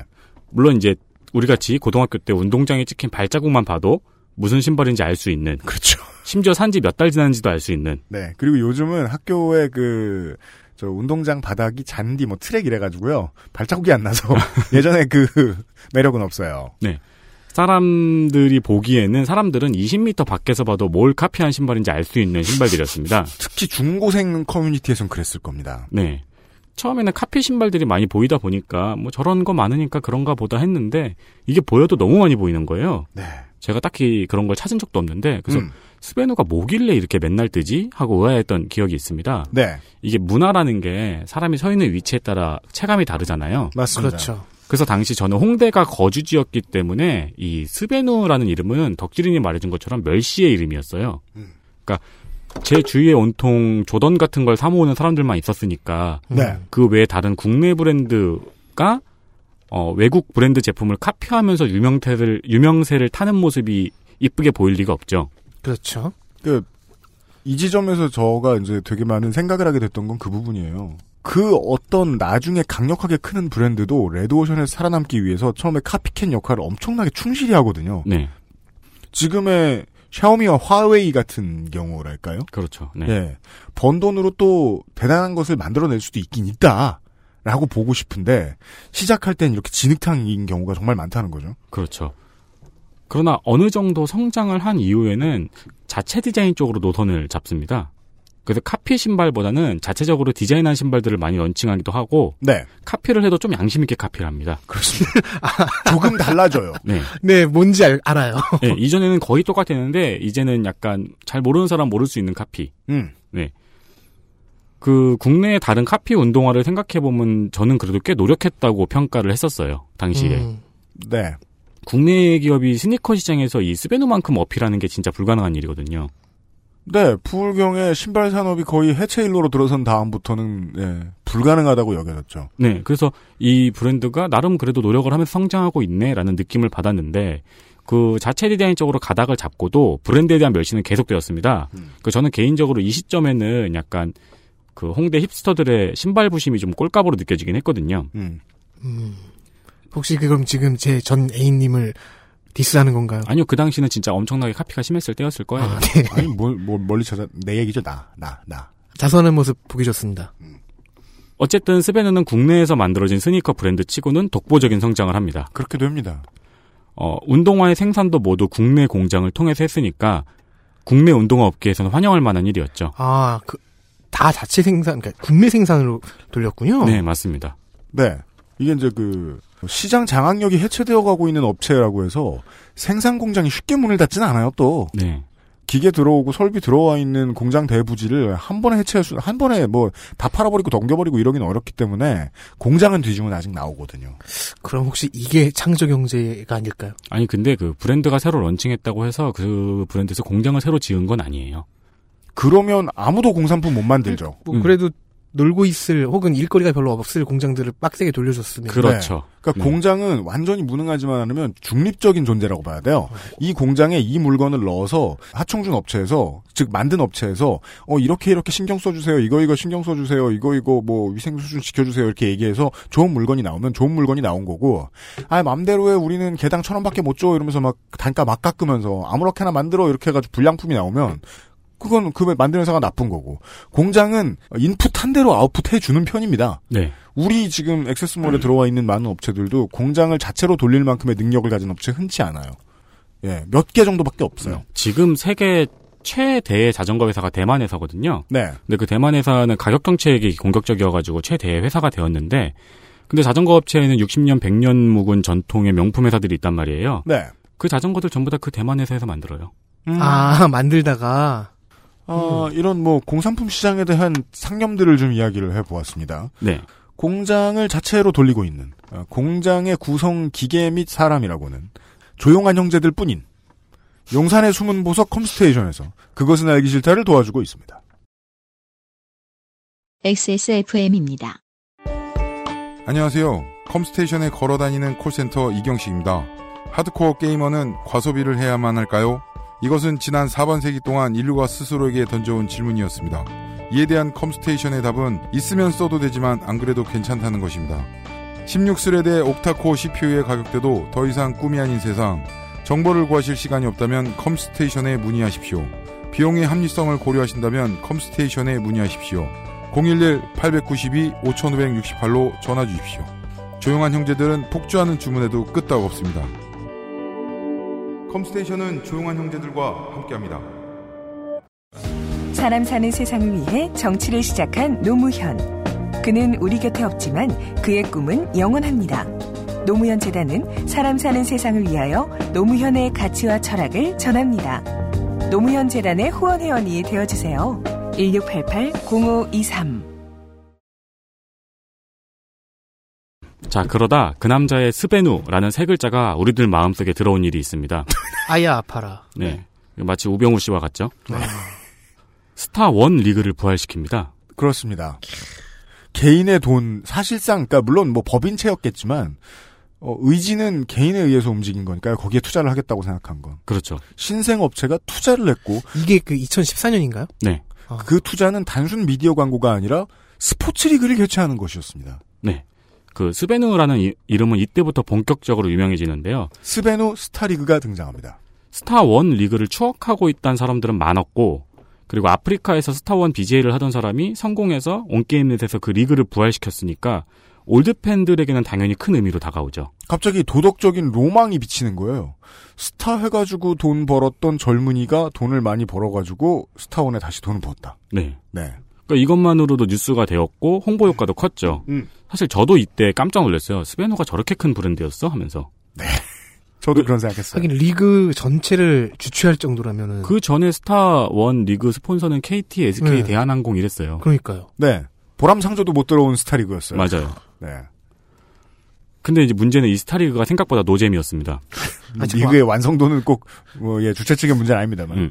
Speaker 3: 물론 이제 우리 같이 고등학교 때 운동장에 찍힌 발자국만 봐도 무슨 신발인지 알 수 있는
Speaker 2: 그렇죠.
Speaker 3: 심지어 산지 몇 달 지났는지도 알 수 있는
Speaker 2: 네. 그리고 요즘은 학교에 그, 저 운동장 바닥이 잔디 뭐 트랙 이래가지고요. 발자국이 안 나서 예전에 그 매력은 없어요.
Speaker 3: 사람들이 보기에는 사람들은 20m 밖에서 봐도 뭘 카피한 신발인지 알 수 있는 신발들이었습니다.
Speaker 2: 특히 중고생 커뮤니티에선 그랬을 겁니다.
Speaker 3: 네. 처음에는 카피 신발들이 많이 보이다 보니까 뭐 저런 거 많으니까 그런가 보다 했는데 이게 보여도 너무 많이 보이는 거예요.
Speaker 2: 네.
Speaker 3: 제가 딱히 그런 걸 찾은 적도 없는데 그래서
Speaker 2: 음,
Speaker 3: 스베누가 뭐길래 이렇게 맨날 뜨지 하고 의아했던 기억이 있습니다.
Speaker 2: 네.
Speaker 3: 이게 문화라는 게 사람이 서 있는 위치에 따라 체감이 다르잖아요.
Speaker 2: 맞습니다.
Speaker 4: 그렇죠.
Speaker 3: 그래서 당시 저는 홍대가 거주지였기 때문에 이 스베누라는 이름은 덕질인이 말해준 것처럼 멸시의 이름이었어요.
Speaker 2: 음.
Speaker 3: 그러니까 제 주위에 온통 조던 같은 걸 사모으는 사람들만 있었으니까
Speaker 2: 네.
Speaker 3: 그 외에 다른 국내 브랜드가 어, 외국 브랜드 제품을 카피하면서 유명태를 유명세를 타는 모습이 이쁘게 보일 리가 없죠.
Speaker 4: 그렇죠.
Speaker 2: 그, 이 지점에서 저가 이제 되게 많은 생각을 하게 됐던 건 그 부분이에요. 그 어떤 나중에 강력하게 크는 브랜드도 레드오션에서 살아남기 위해서 처음에 카피캣 역할을 엄청나게 충실히 하거든요.
Speaker 3: 네,
Speaker 2: 지금의 샤오미와 화웨이 같은 경우랄까요?
Speaker 3: 그렇죠. 네.
Speaker 2: 예. 번 돈으로 또 대단한 것을 만들어낼 수도 있긴 있다. 라고 보고 싶은데 시작할 땐 이렇게 진흙탕인 경우가 정말 많다는 거죠.
Speaker 3: 그렇죠. 그러나 어느 정도 성장을 한 이후에는 자체 디자인 쪽으로 노선을 잡습니다. 그래서 카피 신발보다는 자체적으로 디자인한 신발들을 많이 런칭하기도 하고
Speaker 2: 네,
Speaker 3: 카피를 해도 좀 양심 있게 카피를 합니다.
Speaker 2: 그렇습니다. 조금 달라져요.
Speaker 3: 네.
Speaker 4: 네, 뭔지 알, 알아요.
Speaker 3: 네, 이전에는 거의 똑같았는데 이제는 약간 잘 모르는 사람 모를 수 있는 카피.
Speaker 2: 음,
Speaker 3: 그 국내의 다른 카피 운동화를 생각해 보면 저는 그래도 꽤 노력했다고 평가를 했었어요. 당시에.
Speaker 4: 음.
Speaker 2: 네,
Speaker 3: 국내 기업이 스니커 시장에서 이 스베누만큼 어필하는 게 진짜 불가능한 일이거든요.
Speaker 2: 네. 부울경의 신발 산업이 거의 해체 일로로 들어선 다음부터는 예, 불가능하다고 여겨졌죠.
Speaker 3: 네, 그래서 이 브랜드가 나름 그래도 노력을 하면서 성장하고 있네라는 느낌을 받았는데 그 자체 디자인적으로 가닥을 잡고도 브랜드에 대한 멸시는 계속되었습니다.
Speaker 4: 음.
Speaker 3: 그 저는 개인적으로 이 시점에는 약간 그 홍대 힙스터들의 신발 부심이 좀 꼴값으로 느껴지긴 했거든요.
Speaker 2: 음,
Speaker 4: 음. 혹시 그럼 지금 제 전 애인님을 디스하는 건가요?
Speaker 3: 아니요, 그 당시는 진짜 엄청나게 카피가 심했을 때였을 거예요.
Speaker 4: 아, 네.
Speaker 2: 아니 뭘, 뭘 멀리 찾아 내 얘기죠 나 나, 나.
Speaker 4: 자선한 모습 보기 좋습니다.
Speaker 3: 어쨌든 스베누는 국내에서 만들어진 스니커 브랜드 치고는 독보적인 성장을 합니다.
Speaker 2: 그렇게 됩니다.
Speaker 3: 어, 운동화의 생산도 모두 국내 공장을 통해서 했으니까 국내 운동화 업계에서는 환영할 만한 일이었죠.
Speaker 4: 아, 그, 다 자체 생산, 그러니까 국내 생산으로 돌렸군요.
Speaker 3: 네, 맞습니다.
Speaker 2: 네. 이게 이제 그 시장 장악력이 해체되어 가고 있는 업체라고 해서 생산 공장이 쉽게 문을 닫진 않아요 또.
Speaker 3: 네.
Speaker 2: 기계 들어오고 설비 들어와 있는 공장 대부지를 한 번에 해체할 수, 한 번에 뭐 다 팔아버리고 덤겨버리고 이러긴 어렵기 때문에 공장은 뒤지면 아직 나오거든요.
Speaker 4: 그럼 혹시 이게 창조 경제가 아닐까요?
Speaker 3: 아니, 근데 그 브랜드가 새로 런칭했다고 해서 그 브랜드에서 공장을 새로 지은 건 아니에요.
Speaker 2: 그러면 아무도 공산품 못 만들죠.
Speaker 4: 뭐
Speaker 3: 음.
Speaker 4: 그래도 놀고 있을 혹은 일거리가 별로 없을 공장들을 빡세게 돌려줬으면
Speaker 3: 그렇죠.
Speaker 2: 그러니까
Speaker 3: 네.
Speaker 2: 공장은 완전히 무능하지만 않으면 중립적인 존재라고 봐야 돼요. 이 공장에 이 물건을 넣어서 하청준 업체에서 즉 만든 업체에서 어 이렇게 이렇게 신경 써주세요. 이거 이거 신경 써주세요. 이거 이거 뭐 위생 수준 지켜주세요. 이렇게 얘기해서 좋은 물건이 나오면 좋은 물건이 나온 거고 아 맘대로 해 우리는 개당 천 원밖에 못 줘 이러면서 막 단가 막 깎으면서 아무렇게나 만들어 이렇게 해가지고 불량품이 나오면 그건 그 만드는 회사가 나쁜 거고 공장은 인풋 한 대로 아웃풋 해주는 편입니다.
Speaker 3: 네.
Speaker 2: 우리 지금 액세스몰에 들어와 있는 많은 업체들도 공장을 자체로 돌릴 만큼의 능력을 가진 업체 흔치 않아요. 예, 몇 개 정도밖에 없어요.
Speaker 3: 지금 세계 최대의 자전거 회사가 대만 회사거든요.
Speaker 2: 네.
Speaker 3: 근데 그 대만 회사는 가격 정책이 공격적이어가지고 최대 의 회사가 되었는데, 근데 자전거 업체에는 60년, 100년 묵은 전통의 명품 회사들이 있단 말이에요.
Speaker 2: 네. 음.
Speaker 3: 그 자전거들 전부 다 그 대만 회사에서 만들어요.
Speaker 4: 아 만들다가
Speaker 2: 어, 이런 뭐 공산품 시장에 대한 상념들을 좀 이야기를 해보았습니다.
Speaker 3: 네.
Speaker 2: 공장을 자체로 돌리고 있는 어, 공장의 구성 기계 및 사람이라고는 조용한 형제들 뿐인 용산의 숨은 보석 컴스테이션에서 그것은 알기 싫다를 도와주고 있습니다.
Speaker 1: XSFM입니다.
Speaker 9: 안녕하세요. 컴스테이션에 걸어 다니는 콜센터 이경식입니다. 하드코어 게이머는 과소비를 해야만 할까요? 이것은 지난 4번 세기 동안 인류가 스스로에게 던져온 질문이었습니다. 이에 대한 컴스테이션의 답은 있으면 써도 되지만 안 그래도 괜찮다는 것입니다. 16스레드의 옥타코어 CPU의 가격대도 더 이상 꿈이 아닌 세상, 정보를 구하실 시간이 없다면 컴스테이션에 문의하십시오. 비용의 합리성을 고려하신다면 컴스테이션에 문의하십시오. 011-892-5568로 전화 주십시오. 조용한 형제들은 폭주하는 주문에도 끄떡 없습니다. 컴스테이션은 조용한 형제들과 함께합니다.
Speaker 10: 사람 사는 세상을 위해 정치를 시작한 노무현. 그는 우리 곁에 없지만 그의 꿈은 영원합니다. 노무현 재단은 사람 사는 세상을 위하여 노무현의 가치와 철학을 전합니다. 노무현 재단의 후원 회원이 되어 주세요. 1688-0523
Speaker 3: 자, 그러다 그 남자의 스베누라는 세 글자가 우리들 마음속에 들어온 일이 있습니다.
Speaker 4: 아야 아파라.
Speaker 3: 네. 마치 우병우 씨와 같죠? 네. 스타 원 리그를 부활시킵니다.
Speaker 2: 그렇습니다. 개인의 돈 사실상 그러니까 물론 뭐 법인체였겠지만 어, 의지는 개인에 의해서 움직인 거니까요. 거기에 투자를 하겠다고 생각한 건
Speaker 3: 그렇죠.
Speaker 2: 신생업체가 투자를 했고
Speaker 4: 이게 그 2014년인가요?
Speaker 3: 네.
Speaker 2: 그 투자는 단순 미디어 광고가 아니라 스포츠리그를 개최하는 것이었습니다.
Speaker 3: 그 스베누라는 이- 이름은 이때부터 본격적으로 유명해지는데요.
Speaker 2: 스베누 스타리그가 등장합니다.
Speaker 3: 스타원 리그를 추억하고 있다는 사람들은 많았고 그리고 아프리카에서 스타원 BJ를 하던 사람이 성공해서 온게임넷에서 그 리그를 부활시켰으니까 올드 팬들에게는 당연히 큰 의미로 다가오죠.
Speaker 2: 갑자기 도덕적인 로망이 비치는 거예요. 스타 해가지고 돈 벌었던 젊은이가 돈을 많이 벌어가지고 스타원에 다시 돈을 부었다.
Speaker 3: 네.
Speaker 2: 네.
Speaker 3: 그러니까 이것만으로도 뉴스가 되었고 홍보 효과도 컸죠.
Speaker 2: 음.
Speaker 3: 사실 저도 이때 깜짝 놀랐어요. 스베노가 저렇게 큰 브랜드였어 하면서.
Speaker 2: 저도 그런 생각했어요.
Speaker 4: 하긴 리그 전체를 주최할 정도라면은 그...
Speaker 3: 그 전에 스타원 리그 스폰서는 KT, SK,
Speaker 4: 네.
Speaker 3: 대한항공 이랬어요.
Speaker 4: 러니까요
Speaker 2: 네. 보람상조도 못 들어온 스타리그였어요.
Speaker 3: 맞아요.
Speaker 2: 네.
Speaker 3: 근데 이제 문제는 이 스타리그가 생각보다 노잼이었습니다.
Speaker 2: 리그의 완성도는 꼭, 뭐, 예, 주최 측의 문제는 아닙니다만.
Speaker 3: 음.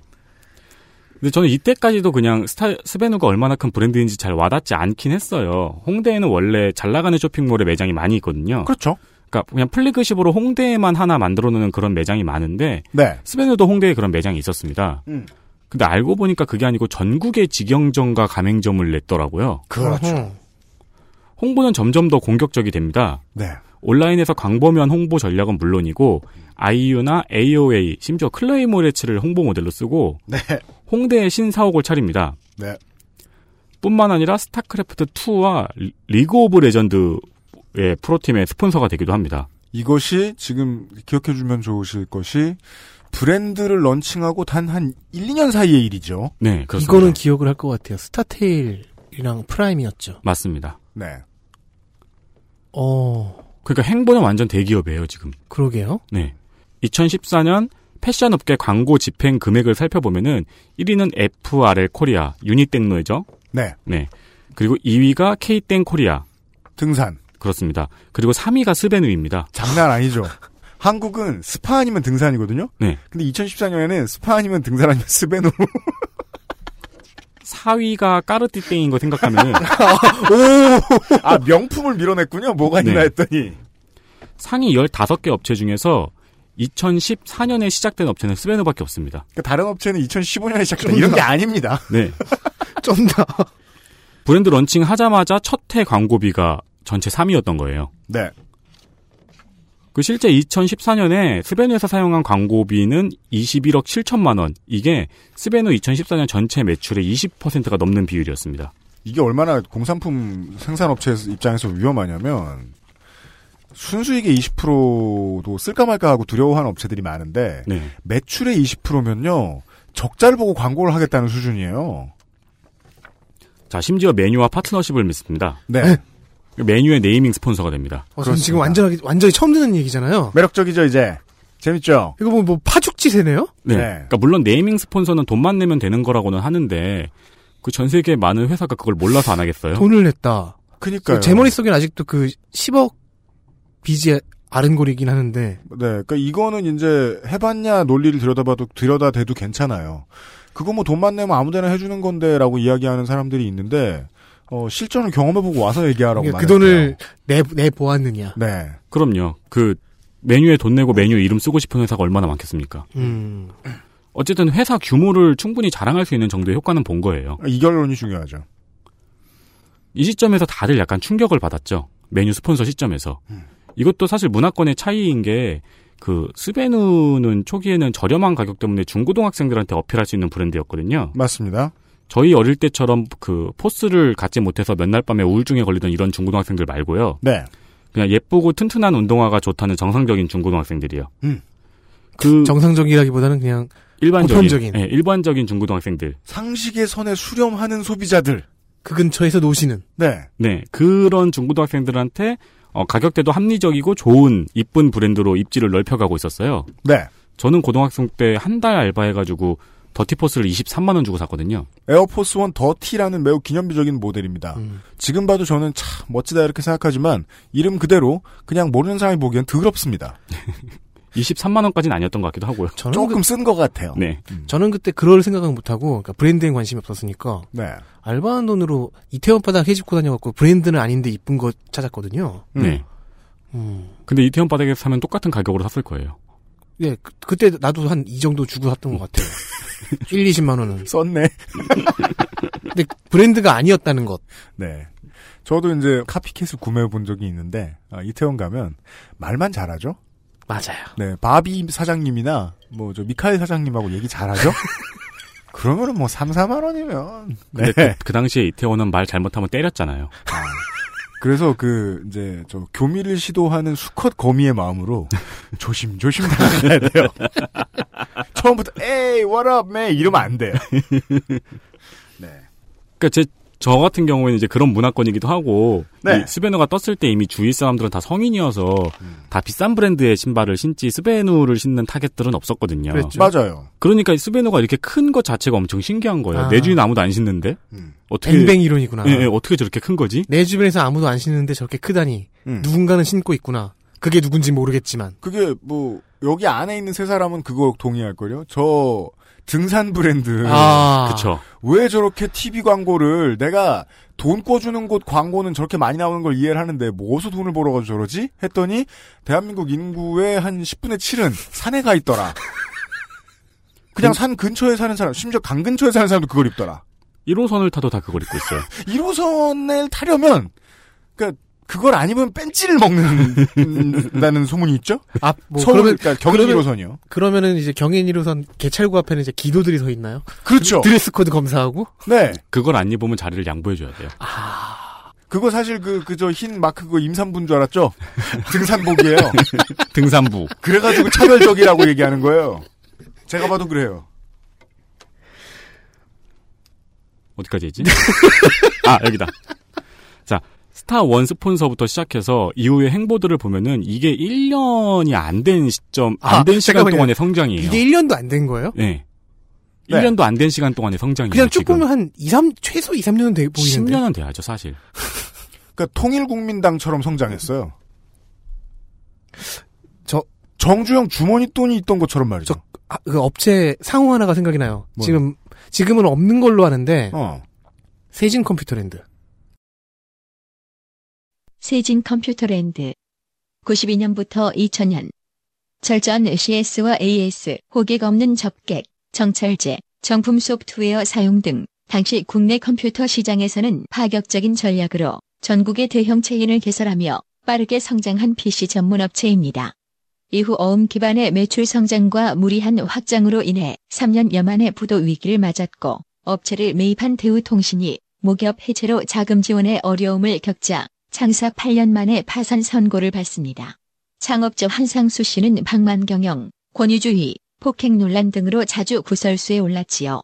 Speaker 3: 근데 저는 이때까지도 그냥 스타, 스베누가 얼마나 큰 브랜드인지 잘 와닿지 않긴 했어요. 홍대에는 원래 잘 나가는 쇼핑몰에 매장이 많이 있거든요.
Speaker 2: 그렇죠.
Speaker 3: 그러니까 그냥 플래그십으로 홍대에만 하나 만들어 놓는 그런 매장이 많은데
Speaker 2: 네.
Speaker 3: 스베누도 홍대에 그런 매장이 있었습니다.
Speaker 2: 음.
Speaker 3: 근데 알고 보니까 그게 아니고 전국의 직영점과 가맹점을 냈더라고요.
Speaker 4: 음.
Speaker 2: 그렇죠.
Speaker 4: 어허.
Speaker 3: 홍보는 점점 더 공격적이 됩니다.
Speaker 2: 네.
Speaker 3: 온라인에서 광범위한 홍보 전략은 물론이고 아이유나 AOA 심지어 클레이모레츠를 홍보 모델로 쓰고
Speaker 2: 네.
Speaker 3: 홍대에 신사옥을 차립니다.
Speaker 2: 네.
Speaker 3: 뿐만 아니라 스타크래프트 2와 리그 오브 레전드의 프로팀의 스폰서가 되기도 합니다.
Speaker 2: 이것이 지금 기억해 주면 좋으실 것이 브랜드를 런칭하고 단 한 1, 2년 사이의 일이죠.
Speaker 3: 네, 그렇습니다.
Speaker 4: 이거는 기억을 할 것 같아요. 스타테일이랑 프라임이었죠.
Speaker 3: 맞습니다.
Speaker 2: 네.
Speaker 4: 어,
Speaker 3: 그러니까 행보는 완전 대기업이에요, 지금.
Speaker 4: 그러게요.
Speaker 3: 네. 2014년 패션업계 광고 집행 금액을 살펴보면은 1위는 FRL 코리아, 유니땡노이죠.
Speaker 2: 네.
Speaker 3: 네. 그리고 2위가 K땡 코리아.
Speaker 2: 등산.
Speaker 3: 그렇습니다. 그리고 3위가 스베누입니다.
Speaker 2: 장난 아니죠. 한국은 스파 아니면 등산이거든요.
Speaker 3: 네.
Speaker 2: 근데 2014년에는 스파 아니면 등산 아니면 스베누.
Speaker 3: 4위가 까르띠땡인 거 생각하면은
Speaker 2: 오! 아, 명품을 밀어냈군요. 뭐가 있나
Speaker 3: 네.
Speaker 2: 했더니.
Speaker 3: 상위 15개 업체 중에서 2014년에 시작된 업체는 스베누밖에 없습니다.
Speaker 2: 그러니까 다른 업체는 2015년에 시작했다. 이런 게 아닙니다.
Speaker 3: 네.
Speaker 4: 쩐다.
Speaker 3: 브랜드 런칭 하자마자 첫 해 광고비가 전체 3위였던 거예요.
Speaker 2: 네.
Speaker 3: 그 실제 2014년에 스베누에서 사용한 광고비는 21억 7천만 원. 이게 스베누 2014년 전체 매출의 20%가 넘는 비율이었습니다.
Speaker 2: 이게 얼마나 공산품 생산업체 입장에서 위험하냐면 순수익의 20%도 쓸까 말까 하고 두려워하는 업체들이 많은데
Speaker 3: 네.
Speaker 2: 매출의 20%면요 적자를 보고 광고를 하겠다는 수준이에요.
Speaker 3: 자, 심지어 메뉴와 파트너십을 맺습니다.
Speaker 2: 네,
Speaker 3: 메뉴의 네이밍 스폰서가 됩니다.
Speaker 4: 어, 전 지금 완전하게, 완전히 처음 듣는 얘기잖아요.
Speaker 2: 매력적이죠 이제 재밌죠.
Speaker 4: 이거 뭐, 뭐, 파죽지세네요?
Speaker 3: 네.
Speaker 2: 네.
Speaker 3: 그러니까 물론 네이밍 스폰서는 돈만 내면 되는 거라고는 하는데 그 전 세계 많은 회사가 그걸 몰라서 안 하겠어요?
Speaker 4: 돈을 냈다.
Speaker 2: 네. 그니까요.
Speaker 4: 제 머릿속엔 아직도 그 10억 빚이 아른거리긴 하는데,
Speaker 2: 네, 그러니까 이거는 이제 해봤냐 논리를 들여다봐도 들여다대도 괜찮아요. 그거 뭐 돈만 내면 아무데나 해주는 건데라고 이야기하는 사람들이 있는데 어, 실전을 경험해보고 와서 얘기하라고
Speaker 4: 그러니까 그
Speaker 2: 말해요.
Speaker 4: 돈을 내, 내 보았느냐.
Speaker 2: 네,
Speaker 3: 그럼요. 그 메뉴에 돈 내고 메뉴 이름 쓰고 싶은 회사가 얼마나 많겠습니까?
Speaker 4: 음.
Speaker 3: 어쨌든 회사 규모를 충분히 자랑할 수 있는 정도의 효과는 본 거예요.
Speaker 2: 이 결론이 중요하죠.
Speaker 3: 이 시점에서 다들 약간 충격을 받았죠. 메뉴 스폰서 시점에서. 이것도 사실 문화권의 차이인 게 그 스베누는 초기에는 저렴한 가격 때문에 중고등학생들한테 어필할 수 있는 브랜드였거든요.
Speaker 2: 맞습니다.
Speaker 3: 저희 어릴 때처럼 그 포스를 갖지 못해서 맨날 밤에 우울증에 걸리던 이런 중고등학생들 말고요.
Speaker 2: 네,
Speaker 3: 그냥 예쁘고 튼튼한 운동화가 좋다는 정상적인 중고등학생들이요.
Speaker 2: 음.
Speaker 3: 그
Speaker 4: 정상적이라기보다는 그냥,
Speaker 3: 일반적인
Speaker 4: 보편적인.
Speaker 3: 예, 일반적인 중고등학생들.
Speaker 2: 상식의 선에 수렴하는 소비자들.
Speaker 4: 그 근처에서 노시는.
Speaker 2: 네.
Speaker 3: 네. 그런 중고등학생들한테 어, 가격대도 합리적이고 좋은 이쁜 브랜드로 입지를 넓혀가고 있었어요.
Speaker 2: 네.
Speaker 3: 저는 고등학생 때 한 달 알바해 가지고 더티포스를 23만 원 주고 샀거든요.
Speaker 2: 에어포스 원 더티라는 매우 기념비적인 모델입니다.
Speaker 4: 음.
Speaker 2: 지금 봐도 저는 참 멋지다 이렇게 생각하지만 이름 그대로 그냥 모르는 사람이 보기엔 더럽습니다.
Speaker 3: 23만 원까지는 아니었던 것 같기도 하고요.
Speaker 4: 저는,
Speaker 2: 조금 쓴 것 같아요.
Speaker 3: 네.
Speaker 4: 그, 저는 그때 그럴 생각은 못하고, 그러니까 브랜드에 관심이 없었으니까,
Speaker 2: 네.
Speaker 4: 알바한 돈으로 이태원 바닥 해집고 다녀갖고 브랜드는 아닌데 이쁜 거 찾았거든요.
Speaker 2: 음.
Speaker 3: 네.
Speaker 4: 음.
Speaker 3: 근데 이태원 바닥에서 사면 똑같은 가격으로 샀을 거예요.
Speaker 4: 예, 그, 때 나도 한 이 정도 주고 샀던 것 같아요. 1, 20만 원은.
Speaker 2: 썼네.
Speaker 4: 근데 브랜드가 아니었다는 것.
Speaker 2: 네. 저도 이제 카피캣을 구매해 본 적이 있는데 아, 이태원 가면 말만 잘하죠.
Speaker 4: 맞아요.
Speaker 2: 네. 바비 사장님이나 뭐 저 미카엘 사장님하고 얘기 잘하죠. 그러면은 뭐 3, 4만 원이면
Speaker 3: 근데 그, 그 당시에 이태원은 말 잘못하면 때렸잖아요.
Speaker 2: 그래서 그 이제 저 교미를 시도하는 수컷 거미의 마음으로 조심조심 다가가야 돼요. 처음부터 에이 what up man 이러면 안 돼요.
Speaker 3: 그러니까 제 저 같은 경우에는 이제 그런 문화권이기도 하고
Speaker 2: 네.
Speaker 3: 이 스베누가 떴을 때 이미 주위 사람들은 다 성인이어서
Speaker 4: 음.
Speaker 3: 다 비싼 브랜드의 신발을 신지 스베누를 신는 타겟들은 없었거든요.
Speaker 4: 그랬죠.
Speaker 2: 맞아요.
Speaker 3: 러니까 스베누가 이렇게 큰 것 자체가 엄청 신기한 거예요.
Speaker 4: 아.
Speaker 3: 내 주인 아무도 안 신는데
Speaker 2: 음.
Speaker 3: 어떻게
Speaker 4: 엠뱅 이론이구나.
Speaker 3: 예, 예, 어떻게 저렇게 큰 거지?
Speaker 4: 내 주변에서 아무도 안 신는데 저렇게 크다니.
Speaker 2: 음.
Speaker 4: 누군가는 신고 있구나. 그게 누군지 모르겠지만.
Speaker 2: 그게 뭐 여기 안에 있는 세 사람은 그거 동의할 걸요. 저 등산 브랜드
Speaker 4: 아.
Speaker 3: 예, 그쵸.
Speaker 2: 왜 저렇게 TV 광고를 내가 돈 꿔주는 곳 광고는 저렇게 많이 나오는 걸 이해를 하는데 뭐 어디서 돈을 벌어가지고 저러지? 했더니 대한민국 인구의 한 10분의 7은 산에 가 있더라. 그냥 산 근처에 사는 사람, 심지어 강 근처에 사는 사람도 그걸 입더라.
Speaker 3: 1호선을 타도 다 그걸 입고 있어요.
Speaker 2: 1호선을 타려면 그러니까 그걸 안 입으면 뺀찌를 먹는다는 소문이 있죠?
Speaker 4: 아, 뭐
Speaker 2: 서울
Speaker 4: 그러면-
Speaker 2: 그러니까 경인
Speaker 4: 그러면-
Speaker 2: 1호선이요.
Speaker 4: 그러면은 이제 경인 1호선 개찰구 앞에는 이제 기도들이 서 있나요?
Speaker 2: 그렇죠.
Speaker 4: 드레스 코드 검사하고?
Speaker 2: 네.
Speaker 3: 그걸 안 입으면 자리를 양보해줘야 돼요.
Speaker 4: 아,
Speaker 2: 그거 사실 그 그저 흰 마크 그거 임산부인 줄 알았죠? 등산복이에요.
Speaker 3: 등산부.
Speaker 2: 그래가지고 차별적이라고 얘기하는 거예요. 제가 봐도 그래요.
Speaker 3: 어디까지 했지? 아, 여기다. 자, 스타 원 스폰서부터 시작해서 이후의 행보들을 보면은 이게 1년이 안 된 시점, 안
Speaker 4: 아,
Speaker 3: 된 시간
Speaker 4: 잠깐만요.
Speaker 3: 동안의 성장이에요.
Speaker 4: 이게 1년도 안 된 거예요?
Speaker 3: 네.
Speaker 4: 네.
Speaker 3: 1년도 안 된 시간 동안의 성장이에요.
Speaker 4: 그냥 쭉
Speaker 3: 지금.
Speaker 4: 보면 한 2, 3, 최소 2, 3년은 돼 보이는데.
Speaker 3: 10년은 돼야죠, 사실.
Speaker 2: 그러니까 통일국민당처럼 성장했어요.
Speaker 4: 저
Speaker 2: 정주영 주머니 돈이 있던 것처럼 말이죠.
Speaker 4: 아, 그 업체 상호 하나가 생각이 나요.
Speaker 2: 뭐요?
Speaker 4: 지금, 지금은 없는 걸로 하는데,
Speaker 2: 어.
Speaker 4: 세진 컴퓨터랜드.
Speaker 1: 세진 컴퓨터랜드 92년부터 2000년 절전 CS와 AS, 호객 없는 접객, 정찰제, 정품 소프트웨어 사용 등 당시 국내 컴퓨터 시장에서는 파격적인 전략으로 전국의 대형 체인을 개설하며 빠르게 성장한 PC 전문 업체입니다. 이후 어음 기반의 매출 성장과 무리한 확장으로 인해 3년여 만에 부도 위기를 맞았고 업체를 매입한 대우통신이 모기업 해체로 자금 지원에 어려움을 겪자 창사 8년 만에 파산 선고를 받습니다. 창업자 한상수 씨는 방만경영, 권위주의, 폭행 논란 등으로 자주 구설수에 올랐지요.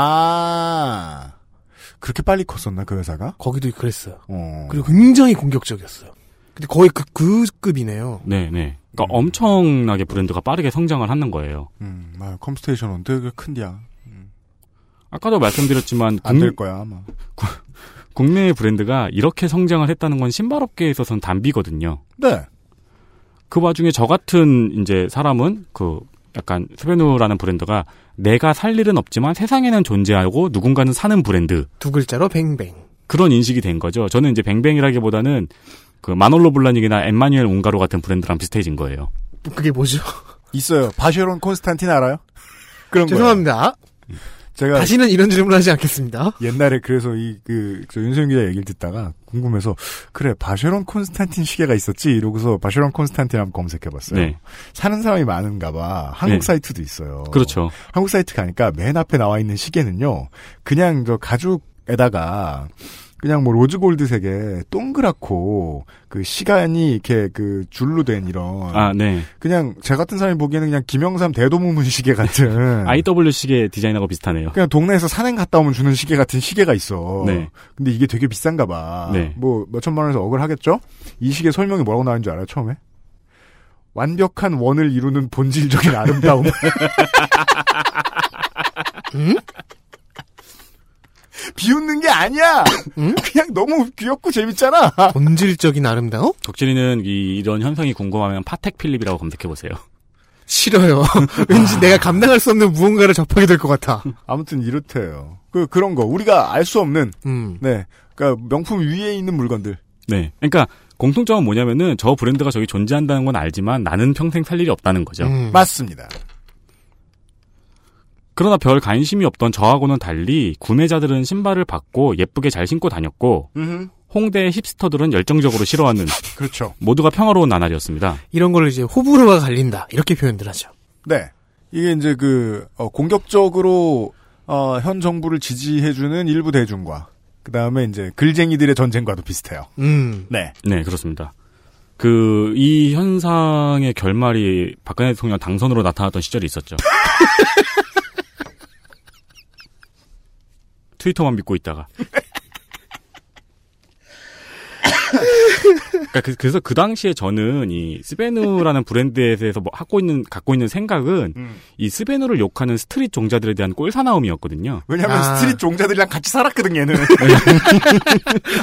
Speaker 2: 아 그렇게 빨리 컸었나 그 회사가?
Speaker 4: 거기도 그랬어요.
Speaker 2: 어.
Speaker 4: 그리고 굉장히 공격적이었어요. 근데 거의 그, 그 급이네요.
Speaker 3: 네, 네. 그러니까 엄청나게 브랜드가 빠르게 성장을 하는 거예요.
Speaker 2: 음, 아, 컴스테이션 원 되게 큰디야.
Speaker 3: 아까도 말씀드렸지만
Speaker 2: 안 될
Speaker 3: 국-
Speaker 2: 거야 아마.
Speaker 3: 국내의 브랜드가 이렇게 성장을 했다는 건 신발업계에 있어서는 단비거든요.
Speaker 2: 네.
Speaker 3: 그 와중에 저 같은 이제 사람은 그 약간 스베누라는 브랜드가 내가 살 일은 없지만 세상에는 존재하고 누군가는 사는 브랜드
Speaker 4: 두 글자로 뱅뱅.
Speaker 3: 그런 인식이 된 거죠. 저는 이제 뱅뱅이라기보다는 그 마놀로 블라닉이나 엠마뉴엘 옹가로 같은 브랜드랑 비슷해진 거예요.
Speaker 4: 그게 뭐죠?
Speaker 2: 있어요. 바쉐론 콘스탄틴 알아요? 그러니까 그런 거.
Speaker 4: 죄송합니다.
Speaker 2: 제가
Speaker 4: 다시는 이런 질문하지 않겠습니다.
Speaker 2: 옛날에 그래서 이그 윤소영 기자 얘기를 듣다가 궁금해서 그래 바쉐론 콘스탄틴 시계가 있었지 이러고서 바쉐론 콘스탄틴 한번 검색해봤어요.
Speaker 3: 네.
Speaker 2: 사는 사람이 많은가봐. 한국
Speaker 3: 네.
Speaker 2: 사이트도 있어요.
Speaker 3: 그렇죠.
Speaker 2: 한국 사이트 가니까 맨 앞에 나와 있는 시계는요. 그냥 저 가죽에다가 그냥 뭐 로즈골드색에 동그랗고 그 시간이 이렇게 그 줄로 된 이런
Speaker 3: 아, 네.
Speaker 2: 그냥 제 같은 사람이 보기에는 그냥 김영삼 대도무문 시계
Speaker 3: 네.
Speaker 2: 같은
Speaker 3: IW 시계 디자인하고 비슷하네요.
Speaker 2: 그냥 동네에서 산행 갔다 오면 주는 시계 같은 시계가 있어.
Speaker 3: 네.
Speaker 2: 근데 이게 되게 비싼가 봐.
Speaker 3: 네.
Speaker 2: 뭐 몇천만 원에서 억을 하겠죠? 이 시계 설명이 뭐라고 나오는 줄 알아요, 처음에? 완벽한 원을 이루는 본질적인 아름다움.
Speaker 4: 응?
Speaker 2: 비웃는 게 아니야.
Speaker 4: 응?
Speaker 2: 그냥 너무 귀엽고 재밌잖아.
Speaker 4: 본질적인 아름다움?
Speaker 3: 덕질이는 이, 런 현상이 궁금하면 파텍 필립이라고 검색해 보세요.
Speaker 4: 싫어요. 왠지 내가 감당할 수 없는 무언가를 접하게 될 것 같아.
Speaker 2: 아무튼 이렇대요. 그 그런 거 우리가 알 수 없는
Speaker 4: 음.
Speaker 2: 네. 그러니까 명품 위에 있는 물건들.
Speaker 3: 네. 그러니까 공통점은 뭐냐면은 저 브랜드가 저기 존재한다는 건 알지만 나는 평생 살 일이 없다는 거죠.
Speaker 2: 그렇죠.
Speaker 4: 음.
Speaker 2: 맞습니다.
Speaker 3: 그러나 별 관심이 없던 저하고는 달리 구매자들은 신발을 받고 예쁘게 잘 신고 다녔고 홍대의 힙스터들은 열정적으로 싫어하는
Speaker 2: 그렇죠.
Speaker 3: 모두가 평화로운 나날이었습니다.
Speaker 4: 이런 걸 이제 호불호가 갈린다. 이렇게 표현들 하죠.
Speaker 2: 네. 이게 이제 그, 어, 공격적으로, 어, 현 정부를 지지해주는 일부 대중과, 그 다음에 이제 글쟁이들의 전쟁과도 비슷해요.
Speaker 4: 음.
Speaker 2: 네.
Speaker 3: 네, 그렇습니다. 그 이 현상의 결말이 박근혜 대통령 당선으로 나타났던 시절이 있었죠. 트위터만 믿고 있다가. 그러니까 그, 래서그 당시에 저는 이 스베누라는 브랜드에 대해서 뭐 갖고 있는 갖고 있는 생각은 이 스베누를 욕하는 스트릿 종자들에 대한 꼴사나움이었거든요.
Speaker 2: 왜냐면
Speaker 4: 아.
Speaker 2: 스트릿 종자들이랑 같이 살았거든, 얘는. 그렇죠.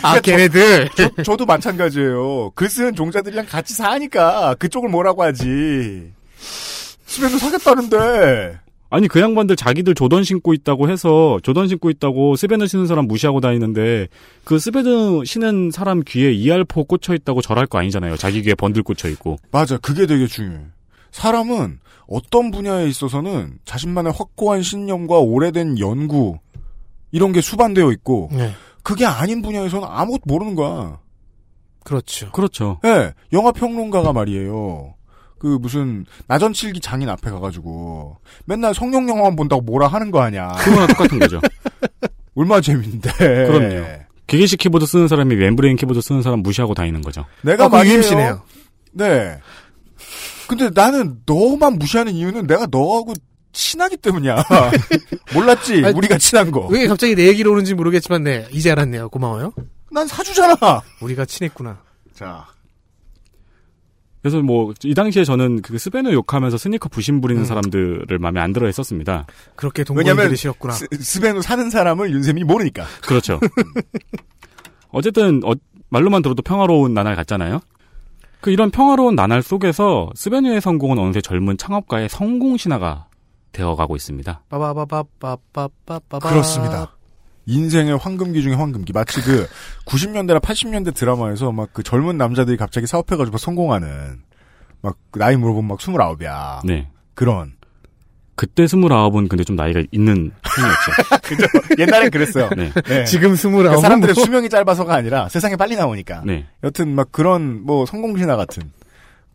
Speaker 4: 아, 걔네들.
Speaker 2: 저, 저도 마찬가지예요. 글 쓰는 종자들이랑 같이 사니까 그쪽을 뭐라고 하지. 집에서 사겠다는데.
Speaker 3: 아니 그 양반들 자기들 조던 신고 있다고 해서 조던 신고 있다고 스베드 신는 사람 무시하고 다니는데 그 스베드 신는 사람 귀에 이알포 꽂혀 있다고 절할 거 아니잖아요. 자기 귀에 번들 꽂혀 있고.
Speaker 2: 맞아. 그게 되게 중요해. 사람은 어떤 분야에 있어서는 자신만의 확고한 신념과 오래된 연구, 이런 게 수반되어 있고,
Speaker 4: 네.
Speaker 2: 그게 아닌 분야에서는 아무것도 모르는 거야.
Speaker 4: 그렇죠.
Speaker 3: 그렇죠.
Speaker 2: 예, 네, 영화 평론가가 말이에요. 그 무슨 나전칠기 장인 앞에 가가지고 맨날 성룡 영화만 본다고 뭐라 하는 거 아니야.
Speaker 3: 그거랑 똑같은 거죠.
Speaker 2: 얼마나 재밌는데.
Speaker 3: 그럼요. 기계식 키보드 쓰는 사람이 멤브레인 키보드 쓰는 사람 무시하고 다니는 거죠.
Speaker 2: 내가
Speaker 4: 아, 그거 UMC네요.
Speaker 2: 말이에요. 네. 근데 나는 너만 무시하는 이유는 내가 너하고 친하기 때문이야. 몰랐지.
Speaker 4: 아니,
Speaker 2: 우리가 친한 거.
Speaker 4: 왜 갑자기 내 얘기로 오는지 모르겠지만, 네, 이제 알았네요. 고마워요.
Speaker 2: 난 사주잖아.
Speaker 4: 우리가 친했구나.
Speaker 2: 자.
Speaker 3: 그래서 뭐 이 당시에 저는 그 스베누 욕하면서 스니커 부심 부리는 사람들을 마음에 안 들어 했었습니다.
Speaker 4: 그렇게
Speaker 2: 왜냐면
Speaker 4: 동거인들이셨구나.
Speaker 2: 스, 스베누 사는 사람을 윤세민이 모르니까.
Speaker 3: 그렇죠. 어쨌든 어- 말로만 들어도 평화로운 나날 같잖아요. 그 이런 평화로운 나날 속에서 스베누의 성공은 어느새 젊은 창업가의 성공 신화가 되어가고 있습니다.
Speaker 4: 빠바바바바바바바.
Speaker 2: 그렇습니다. 인생의 황금기 중에 황금기. 마치 그 90년대나 80년대 드라마에서 막 그 젊은 남자들이 갑자기 사업해가지고 막 성공하는 막그 나이 물어보면 막 29이야.
Speaker 3: 네.
Speaker 2: 그런.
Speaker 3: 그때 스물아홉은 근데 좀 나이가 있는 편이었죠.
Speaker 2: 옛날엔 그랬어요.
Speaker 3: 네.
Speaker 2: 네.
Speaker 4: 지금 스물아홉.
Speaker 2: 그러니까 사람들의 수명이 짧아서가 아니라 세상에 빨리 나오니까.
Speaker 3: 네.
Speaker 2: 여튼 막 그런 뭐 성공신화 같은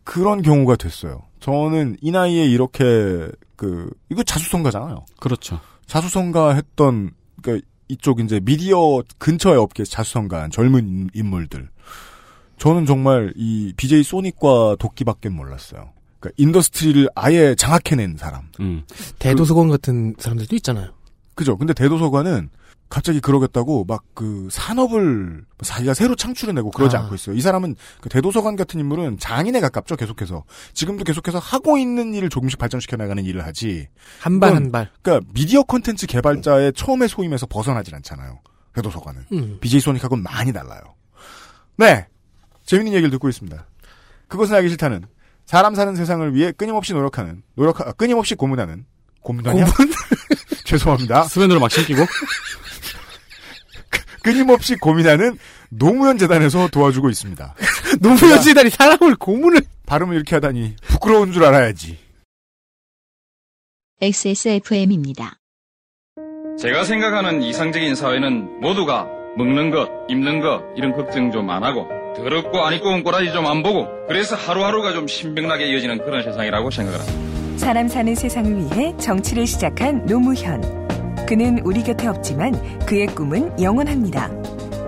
Speaker 2: 그런 경우가 됐어요. 저는 이 나이에 이렇게 그 이거 자수성가잖아요.
Speaker 3: 그렇죠.
Speaker 2: 자수성가 했던 그러니까 이쪽 이제 미디어 근처의 업계에서 자수성가한 젊은 인- 인물들. 저는 정말 이 BJ 소닉과 도끼밖에 몰랐어요. 그러니까 인더스트리를 아예 장악해낸 사람.
Speaker 3: 음.
Speaker 4: 뭐 대도서관 같은 사람들도 있잖아요.
Speaker 2: 그죠. 근데 대도서관은 갑자기 그러겠다고 막 그 산업을 자기가 새로 창출해내고 그러지
Speaker 4: 아.
Speaker 2: 않고 있어요. 이 사람은 그 대도서관 같은 인물은 장인에 가깝죠. 계속해서 지금도 계속해서 하고 있는 일을 조금씩 발전시켜 나가는 일을 하지.
Speaker 4: 한 발
Speaker 2: 그건-
Speaker 4: 한 발.
Speaker 2: 그러니까 미디어 컨텐츠 개발자의 처음의 소임에서 벗어나질 않잖아요. 대도서관은
Speaker 4: 음.
Speaker 2: BJ 소닉하고는 많이 달라요. 네, 재밌는 얘기를 듣고 있습니다. 그것은 알기 싫다는 사람 사는 세상을 위해 끊임없이 노력하는 노력 아, 끊임없이 고문하는 고문하냐? 죄송합니다.
Speaker 3: 스베누를 막 신기고
Speaker 2: 끊임없이 고민하는 노무현 재단에서 도와주고 있습니다.
Speaker 4: 노무현 씨다니 사람을 고문을.
Speaker 2: 발음을 이렇게 하다니 부끄러운 줄 알아야지.
Speaker 1: XSFM입니다.
Speaker 11: 제가 생각하는 이상적인 사회는 모두가 먹는 것, 입는 것 이런 걱정 좀 안 하고 더럽고 안 입고 온 꼬라지 좀 안 보고 그래서 하루하루가 좀 신명나게 이어지는 그런 세상이라고 생각을 합니다.
Speaker 10: 사람 사는 세상을 위해 정치를 시작한 노무현. 그는 우리 곁에 없지만 그의 꿈은 영원합니다.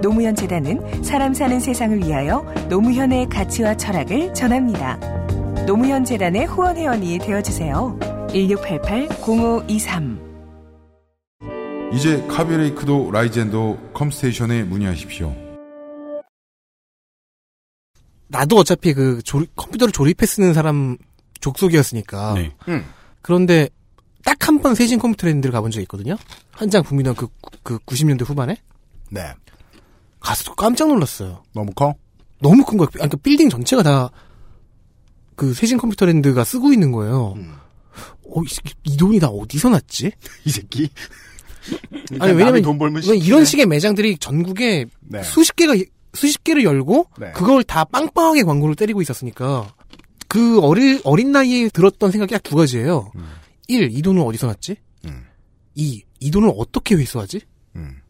Speaker 10: 노무현 재단은 사람 사는 세상을 위하여 노무현의 가치와 철학을 전합니다. 노무현 재단의 후원 회원이 되어 주세요. 1688-0523
Speaker 9: 이제 카베레이크도 라이젠도 컴스테이션에 문의하십시오.
Speaker 4: 나도 어차피 그 조립- 컴퓨터를 조립해 쓰는 사람 족속이었으니까.
Speaker 3: 네.
Speaker 2: 음.
Speaker 4: 그런데 딱 한 번 세신 컴퓨터 랜드를 가본 적이 있거든요. 한장 북미단 그, 그 90년대 후반에
Speaker 2: 네.
Speaker 4: 가서 깜짝 놀랐어요.
Speaker 2: 너무 커?
Speaker 4: 너무 큰 거야. 아니, 그러니까 빌딩 전체가 다 그 세신 컴퓨터 랜드가 쓰고 있는 거예요. 어, 이, 새끼, 이 돈이 다 어디서 났지?
Speaker 2: 이 새끼.
Speaker 4: 아니, 왜냐면-
Speaker 2: 돈 벌면
Speaker 4: 왜
Speaker 2: 씨-
Speaker 4: 이런 식의 매장들이 전국에
Speaker 2: 네.
Speaker 4: 수십 개가 수십 개를 열고
Speaker 2: 네.
Speaker 4: 그걸 다 빵빵하게 광고를 때리고 있었으니까 그 어릴 어린 나이에 들었던 생각이 딱 두 가지예요.
Speaker 2: 음.
Speaker 4: 일, 이 돈은 어디서 났지?
Speaker 2: 음.
Speaker 4: 이, 이 돈을 어떻게 회수하지?
Speaker 2: 음.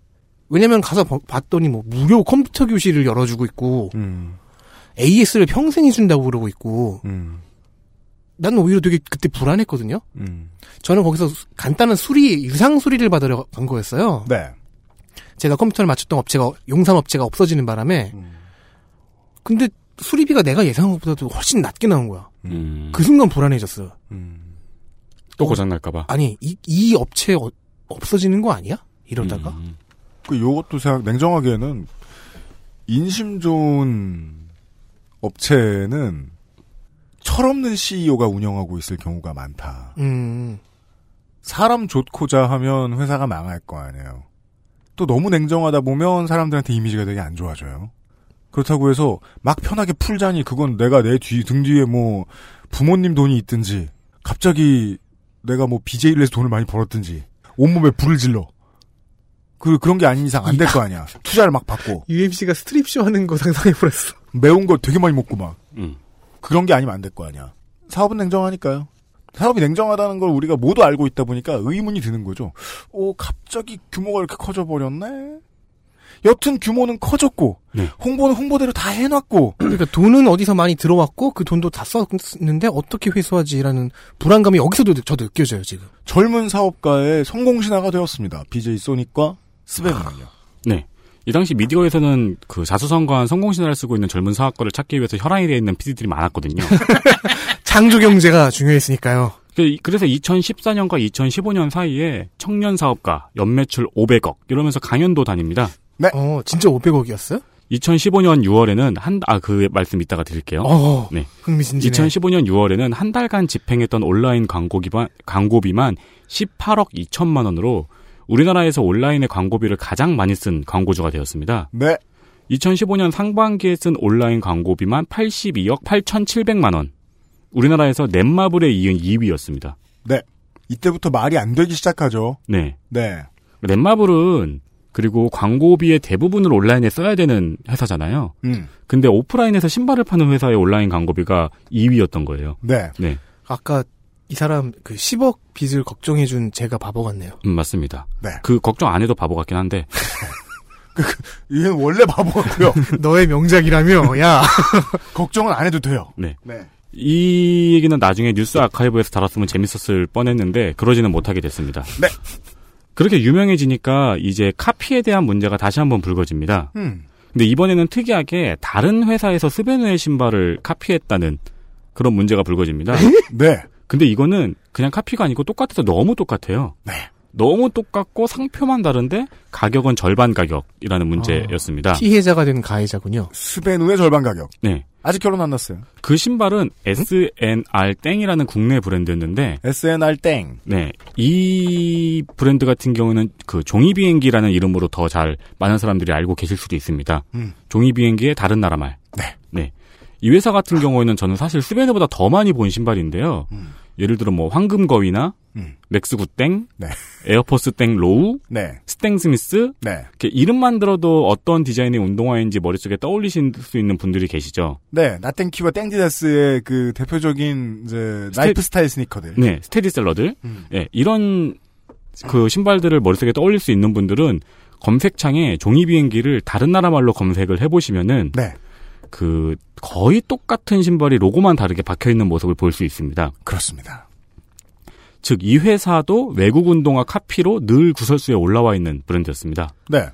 Speaker 4: 왜냐면 가서 봐- 봤더니 뭐 무료 컴퓨터 교실을 열어주고 있고
Speaker 2: 음.
Speaker 4: AS를 평생 해준다고 그러고 있고
Speaker 2: 음.
Speaker 4: 난 오히려 되게 그때 불안했거든요.
Speaker 2: 음.
Speaker 4: 저는 거기서 수- 간단한 수리 유상 수리를 받으러 간 거였어요.
Speaker 2: 네.
Speaker 4: 제가 컴퓨터를 맞췄던 업체가 용산 업체가 없어지는 바람에 근데 수리비가 내가 예상한 것보다도 훨씬 낮게 나온 거야.
Speaker 3: 음.
Speaker 4: 그 순간 불안해졌어요.
Speaker 2: 음.
Speaker 3: 또 고장 날까봐.
Speaker 4: 아니 이, 이 업체 어- 없어지는 거 아니야? 이러다가
Speaker 3: 음.
Speaker 2: 그 요것도 생각 냉정하게는 인심 좋은 업체는 철없는 CEO가 운영하고 있을 경우가 많다.
Speaker 4: 음,
Speaker 2: 사람 좋고자 하면 회사가 망할 거 아니에요. 또 너무 냉정하다 보면 사람들한테 이미지가 되게 안 좋아져요. 그렇다고 해서 막 편하게 풀자니 그건 내가 내 뒤, 등 뒤에 뭐 부모님 돈이 있든지 갑자기 내가 뭐 BJ를 해서 돈을 많이 벌었든지 온몸에 불을 질러. 그, 그런 게 아닌 이상 안 될 거 아니야. 투자를 막 받고
Speaker 4: UMC가 스트립쇼 하는 거 상상해버렸어.
Speaker 2: 매운 거 되게 많이 먹고 막
Speaker 3: 음.
Speaker 2: 그런 게 아니면 안 될 거 아니야. 사업은 냉정하니까요. 사업이 냉정하다는 걸 우리가 모두 알고 있다 보니까 의문이 드는 거죠. 오, 갑자기 규모가 이렇게 커져버렸네? 여튼 규모는 커졌고 홍보는 홍보대로 다 해놨고
Speaker 4: 그러니까 돈은 어디서 많이 들어왔고 그 돈도 다 썼는데 어떻게 회수하지라는 불안감이 여기서도 느- 저도 느껴져요 지금.
Speaker 2: 젊은 사업가의 성공 신화가 되었습니다. BJ 소닉과 스베르는요.
Speaker 3: 네. 이 당시 미디어에서는 그 자수성가한 성공신화를 쓰고 있는 젊은 사학과를 찾기 위해서 혈안이 되어 있는 PD들이 많았거든요.
Speaker 4: 창조 경제가 중요했으니까요.
Speaker 3: 그- 그래서 2014년과 2015년 사이에 청년 사업가 연매출 500억 이러면서 강연도 다닙니다.
Speaker 2: 네.
Speaker 4: 어 진짜 500억이었어요?
Speaker 3: 2015년 6월에는 한 아 그 말씀 이따가 드릴게요.
Speaker 4: 어.
Speaker 3: 네.
Speaker 4: 흥미진진해.
Speaker 3: 2015년 6월에는 한 달간 집행했던 온라인 광고 기반 광고비만 18억 2천만 원으로 우리나라에서 온라인의 광고비를 가장 많이 쓴 광고주가 되었습니다.
Speaker 2: 네.
Speaker 3: 2015년 상반기에 쓴 온라인 광고비만 82억 8,700만 원. 우리나라에서 넷마블에 이은 2위였습니다.
Speaker 2: 네. 이때부터 말이 안 되기 시작하죠.
Speaker 3: 네.
Speaker 2: 네.
Speaker 3: 넷마블은 그리고 광고비의 대부분을 온라인에 써야 되는 회사잖아요.
Speaker 2: 음.
Speaker 3: 근데 오프라인에서 신발을 파는 회사의 온라인 광고비가 2위였던 거예요.
Speaker 2: 네.
Speaker 3: 네.
Speaker 4: 아까 이 사람 그 10억 빚을 걱정해준 제가 바보 같네요.
Speaker 3: 음, 맞습니다.
Speaker 2: 네.
Speaker 3: 그 걱정 안 해도 바보 같긴 한데.
Speaker 2: 얘는 원래 바보 같고요.
Speaker 4: 너의 명작이라며 야
Speaker 2: 걱정은 안 해도 돼요.
Speaker 3: 네.
Speaker 2: 네.
Speaker 3: 이 얘기는 나중에 뉴스 아카이브에서 달았으면 재밌었을 뻔했는데 그러지는 못하게 됐습니다.
Speaker 2: 네.
Speaker 3: 그렇게 유명해지니까 이제 카피에 대한 문제가 다시 한번 불거집니다.
Speaker 2: 음.
Speaker 3: 근데 이번에는 특이하게 다른 회사에서 스베누의 신발을 카피했다는 그런 문제가 불거집니다.
Speaker 2: 네.
Speaker 3: 근데 이거는 그냥 카피가 아니고 똑같아서 너무 똑같아요.
Speaker 2: 네.
Speaker 3: 너무 똑같고 상표만 다른데 가격은 절반 가격이라는 문제였습니다.
Speaker 2: 아.
Speaker 4: 피해자가 된 가해자군요.
Speaker 2: 스베누의 절반 가격.
Speaker 3: 네.
Speaker 2: 아직 결혼 안 났어요.
Speaker 3: 그 신발은 SNR 땡이라는 국내 브랜드였는데
Speaker 2: SNR 땡.
Speaker 3: 네. 이 브랜드 같은 경우는 그 종이 비행기라는 이름으로 더 잘 많은 사람들이 알고 계실 수도 있습니다.
Speaker 2: 음.
Speaker 3: 종이 비행기의 다른 나라 말. 네. 이 회사 같은 경우에는 저는 사실 스베네보다 더 많이 본 신발인데요. 예를 들어 뭐 황금거위나
Speaker 2: 음.
Speaker 3: 맥스구땡,
Speaker 2: 네.
Speaker 3: 에어포스땡 로우,
Speaker 2: 네.
Speaker 3: 스탱스미스
Speaker 2: 네.
Speaker 3: 이렇게 이름만 들어도 어떤 디자인의 운동화인지 머릿속에 떠올리실 수 있는 분들이 계시죠.
Speaker 2: 네. 나땡키와 땡디다스의 그 대표적인 이제 라이프 스타일 스니커들.
Speaker 3: 네, 스테디셀러들. 예, 이런 그 신발들을 머릿속에 떠올릴 수 있는 분들은 검색창에 종이 비행기를 다른 나라 말로 검색을 해보시면은
Speaker 2: 네.
Speaker 3: 그 거의 똑같은 신발이 로고만 다르게 박혀 있는 모습을 볼 수 있습니다.
Speaker 2: 그렇습니다.
Speaker 3: 즉 이 회사도 외국 운동화 카피로 늘 구설수에 올라와 있는 브랜드였습니다.
Speaker 2: 네.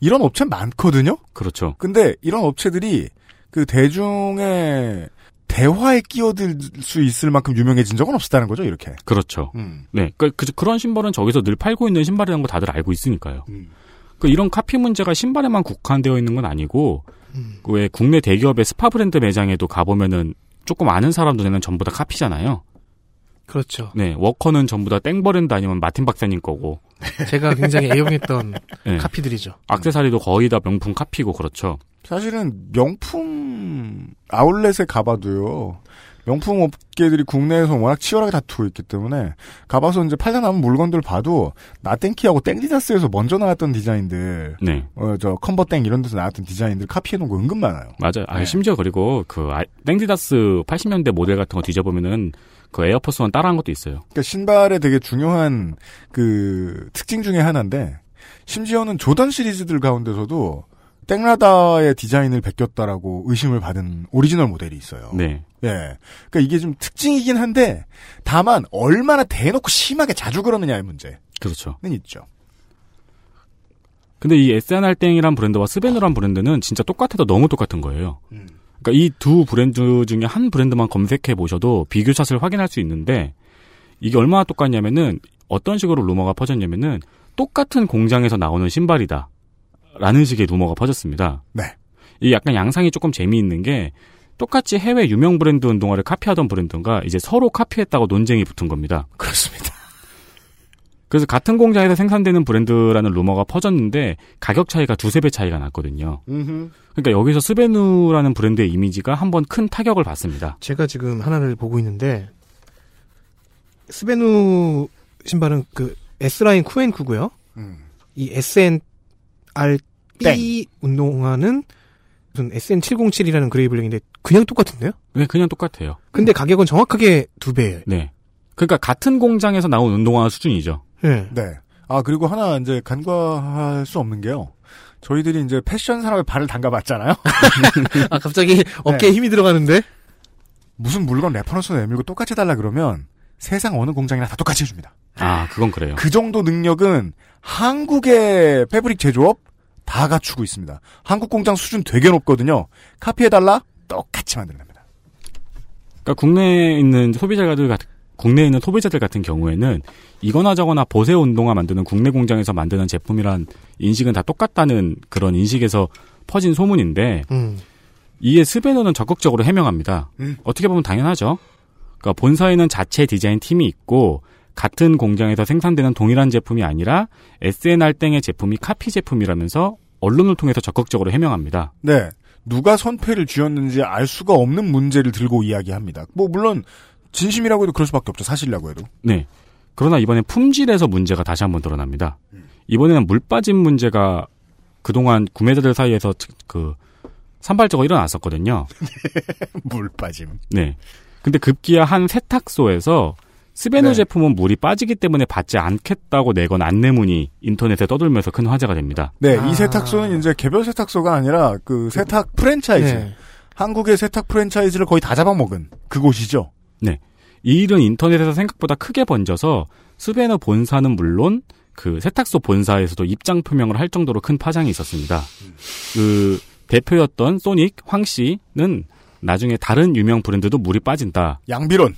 Speaker 2: 이런 업체 많거든요.
Speaker 3: 그렇죠.
Speaker 2: 근데 이런 업체들이 그 대중의 대화에 끼어들 수 있을 만큼 유명해진 적은 없었다는 거죠, 이렇게.
Speaker 3: 그렇죠. 네, 그, 그, 런 신발은 저기서 늘 팔고 있는 신발이라는 거 다들 알고 있으니까요. 그 이런 카피 문제가 신발에만 국한되어 있는 건 아니고 그왜 국내 대기업의 스파 브랜드 매장에도 가보면은 조금 아는 사람 눈에는 전부 다 카피잖아요.
Speaker 4: 그렇죠.
Speaker 3: 네, 워커는 전부 다 땡버랜드 아니면 마틴 박사님 거고.
Speaker 4: 제가 굉장히 애용했던
Speaker 3: 네.
Speaker 4: 카피들이죠.
Speaker 3: 악세사리도 거의 다 명품 카피고 그렇죠.
Speaker 2: 사실은 명품 아울렛에 가봐도요. 명품 업계들이 국내에서 워낙 치열하게 다투고 있기 때문에 가봐서 이제 팔려나온 물건들 봐도 나땡키하고 땡디다스에서 먼저 나왔던 디자인들
Speaker 3: 네.
Speaker 2: 어, 저 컨버땡 이런 데서 나왔던 디자인들 카피해놓은 거 은근 많아요.
Speaker 3: 맞아요. 아, 심지어 그리고 그 아- 땡디다스 80년대 모델 같은 거 뒤져보면은 그 에어포스 원 따라한 것도 있어요.
Speaker 2: 그러니까 신발의 되게 중요한 그 특징 중에 하나인데 심지어는 조던 시리즈들 가운데서도 땡라다의 디자인을 베꼈다라고 의심을 받은 오리지널 모델이 있어요.
Speaker 3: 네.
Speaker 2: 예. 그러니까 이게 좀 특징이긴 한데 다만 얼마나 대놓고 심하게 자주 그러느냐의 문제는
Speaker 3: 그렇죠.
Speaker 2: 있죠.
Speaker 3: 근데 이 SNR 땡이란 브랜드와 스베누란 브랜드는 진짜 똑같아도 너무 똑같은 거예요. 그러니까 이 두 브랜드 중에 한 브랜드만 검색해 보셔도 비교샷을 확인할 수 있는데 이게 얼마나 똑같냐면은 어떤 식으로 루머가 퍼졌냐면은 똑같은 공장에서 나오는 신발이다 라는 식의 루머가 퍼졌습니다.
Speaker 2: 네.
Speaker 3: 이 약간 양상이 조금 재미있는 게 똑같이 해외 유명 브랜드 운동화를 카피하던 브랜드가 이제 서로 카피했다고 논쟁이 붙은 겁니다.
Speaker 2: 그렇습니다.
Speaker 3: 그래서 같은 공장에서 생산되는 브랜드라는 루머가 퍼졌는데 가격 차이가 두세 배 차이가 났거든요. 그러니까 여기서 스베누라는 브랜드의 이미지가 한번 큰 타격을 받습니다.
Speaker 4: 제가 지금 하나를 보고 있는데 스베누 신발은 그 S라인 쿠앤쿠고요. 이 SNRB 운동화는 무슨 SN707이라는 그레이블링인데 그냥 똑같은데요?
Speaker 3: 네, 그냥 똑같아요.
Speaker 4: 근데 가격은 정확하게 두 배예요.
Speaker 3: 네. 그러니까 같은 공장에서 나온 운동화 수준이죠.
Speaker 4: 예.
Speaker 2: 네. 아 그리고 하나 이제 간과할 수 없는 게요. 저희들이 이제 패션 산업에 발을 담가봤잖아요.
Speaker 4: 아 갑자기 어깨에 힘이 들어가는데
Speaker 2: 무슨 물건 레퍼런스 내밀고 똑같이 달라 그러면 세상 어느 공장이나 다 똑같이 해줍니다.
Speaker 3: 아, 그건 그래요.
Speaker 2: 그 정도 능력은 한국의 패브릭 제조업 다 갖추고 있습니다. 한국 공장 수준 되게 높거든요. 카피해달라 똑같이 만들어냅니다.
Speaker 3: 그러니까 국내에 있는 소비자들 같은 국내에 있는 소비자들 같은 경우에는 이거나 저거나 보세 운동화 만드는 국내 공장에서 만드는 제품이란 인식은 다 똑같다는 그런 인식에서 퍼진 소문인데
Speaker 4: 음.
Speaker 3: 이에 스베노는 적극적으로 해명합니다.
Speaker 4: 음.
Speaker 3: 어떻게 보면 당연하죠. 그러니까 본사에는 자체 디자인 팀이 있고 같은 공장에서 생산되는 동일한 제품이 아니라 SNR 땡의 제품이 카피 제품이라면서 언론을 통해서 적극적으로 해명합니다.
Speaker 2: 네. 누가 선패를 쥐었는지 알 수가 없는 문제를 들고 이야기합니다. 뭐, 물론, 진심이라고 해도 그럴 수밖에 없죠. 사실이라고 해도.
Speaker 3: 네. 그러나 이번에 품질에서 문제가 다시 한번 드러납니다. 이번에는 물 빠짐 문제가 그동안 구매자들 사이에서 트- 그 산발적으로 일어났었거든요.
Speaker 2: 물 빠짐.
Speaker 3: 네. 근데 급기야 한 세탁소에서 스베노 제품은 물이 빠지기 때문에 받지 않겠다고 내건 안내문이 인터넷에 떠돌면서 큰 화제가 됩니다.
Speaker 2: 네, 이 세탁소는 이제 개별 세탁소가 아니라 그 세탁 프랜차이즈.
Speaker 3: 네.
Speaker 2: 한국의 세탁 프랜차이즈를 거의 다 잡아먹은 그곳이죠.
Speaker 3: 네. 이 일은 인터넷에서 생각보다 크게 번져서 스베너 본사는 물론 그 세탁소 본사에서도 입장 표명을 할 정도로 큰 파장이 있었습니다. 그 대표였던 소닉 황 씨는 나중에 다른 유명 브랜드도 물이 빠진다.
Speaker 2: 양비론.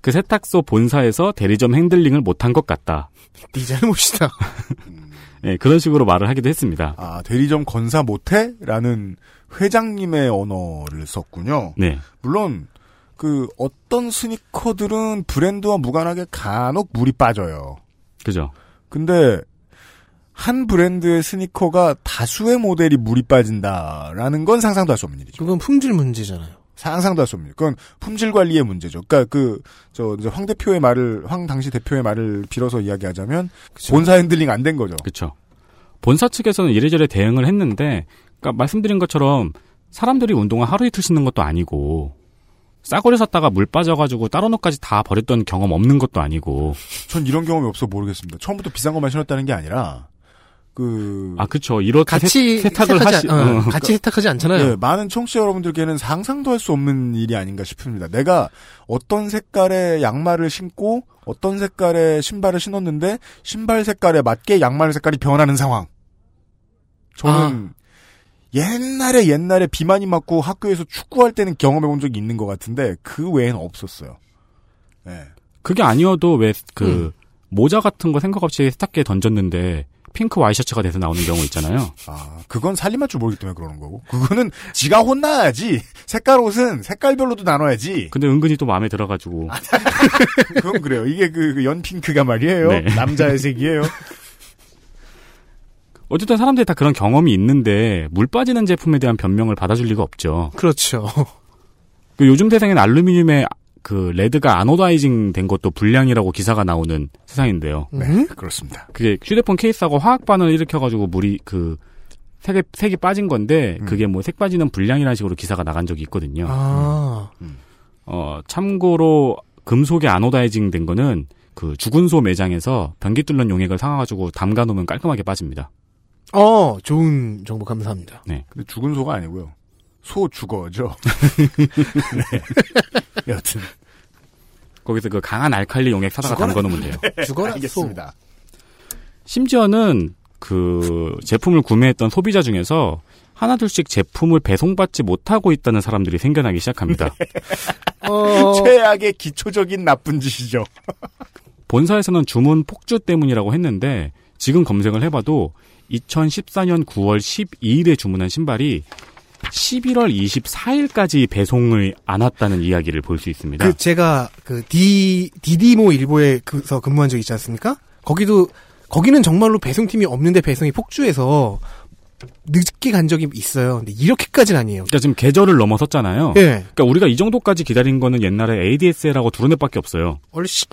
Speaker 3: 그 세탁소 본사에서 대리점 핸들링을 못한 것 같다.
Speaker 4: 네 잘못이다.
Speaker 3: 예, 그런 식으로 말을 하기도 했습니다.
Speaker 2: 아, 대리점 건사 못해? 라는 회장님의 언어를 썼군요.
Speaker 3: 네.
Speaker 2: 물론, 그, 어떤 스니커들은 브랜드와 무관하게 간혹 물이 빠져요.
Speaker 3: 그죠.
Speaker 2: 근데, 한 브랜드의 스니커가 다수의 모델이 물이 빠진다라는 건 상상도 할 수 없는 일이죠.
Speaker 4: 그건 품질 문제잖아요.
Speaker 2: 상상도 할 수 없는 일. 그건 품질 관리의 문제죠. 그러니까 그저 이제 황 대표의 말을 황 당시 대표의 말을 빌어서 이야기하자면 본사 핸들링 안 된 거죠.
Speaker 3: 그렇죠. 본사 측에서는 이래저래 대응을 했는데, 그러니까 말씀드린 것처럼 사람들이 운동화 하루 이틀 신는 것도 아니고, 싸구려 샀다가 물 빠져가지고 다른 옷까지 다 버렸던 경험 없는 것도 아니고.
Speaker 2: 전 이런 경험이 없어 모르겠습니다. 처음부터 비싼 것만 신었다는 게 아니라 그
Speaker 3: 아, 그쵸. 이렇게
Speaker 4: 같이
Speaker 3: 세, 탁을
Speaker 4: 세탁하지
Speaker 3: 하시,
Speaker 4: 않- 어,
Speaker 3: 응.
Speaker 4: 같이 세탁하지 않잖아요.
Speaker 2: 예, 많은 청취자 여러분들께는 상상도 할 수 없는 일이 아닌가 싶습니다. 내가 어떤 색깔의 양말을 신고 어떤 색깔의 신발을 신었는데 신발 색깔에 맞게 양말 색깔이 변하는 상황. 저는 옛날에 옛날에 비만이 맞고 학교에서 축구할 때는 경험해 본 적이 있는 것 같은데 그 외엔 없었어요. 예.
Speaker 3: 그게 아니어도 왜
Speaker 4: 음.
Speaker 3: 그 모자 같은 거 생각 없이 세탁기에 던졌는데 핑크 와이셔츠가 돼서 나오는 경우 있잖아요.
Speaker 2: 아, 그건 살림할 줄 모르기 때문에 그러는 거고. 그거는 지가 혼나야지. 색깔 옷은 색깔별로도 나눠야지.
Speaker 3: 근데 은근히 또 마음에 들어가지고.
Speaker 4: 아, 네.
Speaker 2: 그건 그래요. 이게 그, 그 연핑크가 말이에요.
Speaker 3: 네.
Speaker 2: 남자의 색이에요.
Speaker 3: 어쨌든 사람들이 다 그런 경험이 있는데 물 빠지는 제품에 대한 변명을 받아줄 리가 없죠.
Speaker 4: 그렇죠.
Speaker 3: 그 요즘 세상엔 알루미늄에 그 레드가 아노다이징 된 것도 불량이라고 기사가 나오는 세상인데요.
Speaker 4: 음.
Speaker 2: 네, 그렇습니다.
Speaker 3: 그게 휴대폰 케이스하고 화학 반응을 일으켜가지고 물이 그 색에 색이 빠진 건데 그게 뭐 색 빠지는 불량이라는 식으로 기사가 나간 적이 있거든요.
Speaker 4: 아,
Speaker 3: 어 참고로 금속에 아노다이징 된 거는 그 죽은 소 매장에서 변기 뚫는 용액을 사가지고 담가 놓으면 깔끔하게 빠집니다.
Speaker 4: 어 좋은 정보 감사합니다.
Speaker 3: 네.
Speaker 2: 근데 죽은 소가 아니고요. 소 죽어죠. 네. 여튼
Speaker 3: 거기서 그 강한 알칼리 용액 사다가 담가 놓으면 돼요.
Speaker 4: 죽어라.
Speaker 2: 알겠습니다.
Speaker 3: 심지어는 그 제품을 구매했던 소비자 중에서 하나둘씩 제품을 배송받지 못하고 있다는 사람들이 생겨나기 시작합니다.
Speaker 4: 네.
Speaker 2: 최악의 어. 기초적인 나쁜 짓이죠.
Speaker 3: 본사에서는 주문 폭주 때문이라고 했는데 지금 검색을 해봐도 2014년 9월 12일에 주문한 신발이 11월 24일까지 배송을 안 왔다는 이야기를 볼 수 있습니다.
Speaker 4: 그 제가 그 D 디디모 일보에서 근무한 적 있지 않습니까? 거기도 거기는 정말로 배송팀이 없는데 배송이 폭주해서 늦게 간 적이 있어요. 근데 이렇게까지는 아니에요.
Speaker 3: 그러니까 지금 계절을 넘어섰잖아요.
Speaker 4: 예.
Speaker 3: 그러니까 우리가 이 정도까지 기다린 거는 옛날에 ADSL하고 두루넷밖에 없어요.
Speaker 4: 얼씨.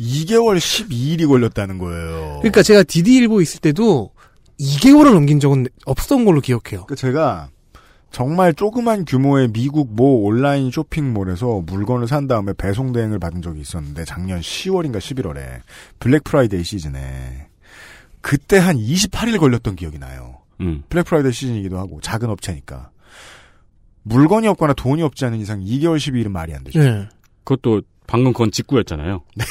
Speaker 2: 2개월 12일이 걸렸다는 거예요.
Speaker 4: 그러니까 제가 디디 일보 있을 때도 2개월을 넘긴 적은 없었던 걸로 기억해요.
Speaker 2: 그 제가 정말 조그만 규모의 미국 모 온라인 쇼핑몰에서 물건을 산 다음에 배송 대행을 받은 적이 있었는데 작년 10월인가 11월에 블랙 프라이데이 시즌에 그때 한 28일 걸렸던 기억이 나요.
Speaker 3: 음.
Speaker 2: 블랙 프라이데이 시즌이기도 하고 작은 업체니까 물건이 없거나 돈이 없지 않은 이상 2개월 12일은 말이 안 되죠.
Speaker 4: 예. 그렇죠.
Speaker 3: 그것도 방금 그건 직구였잖아요.
Speaker 4: 네.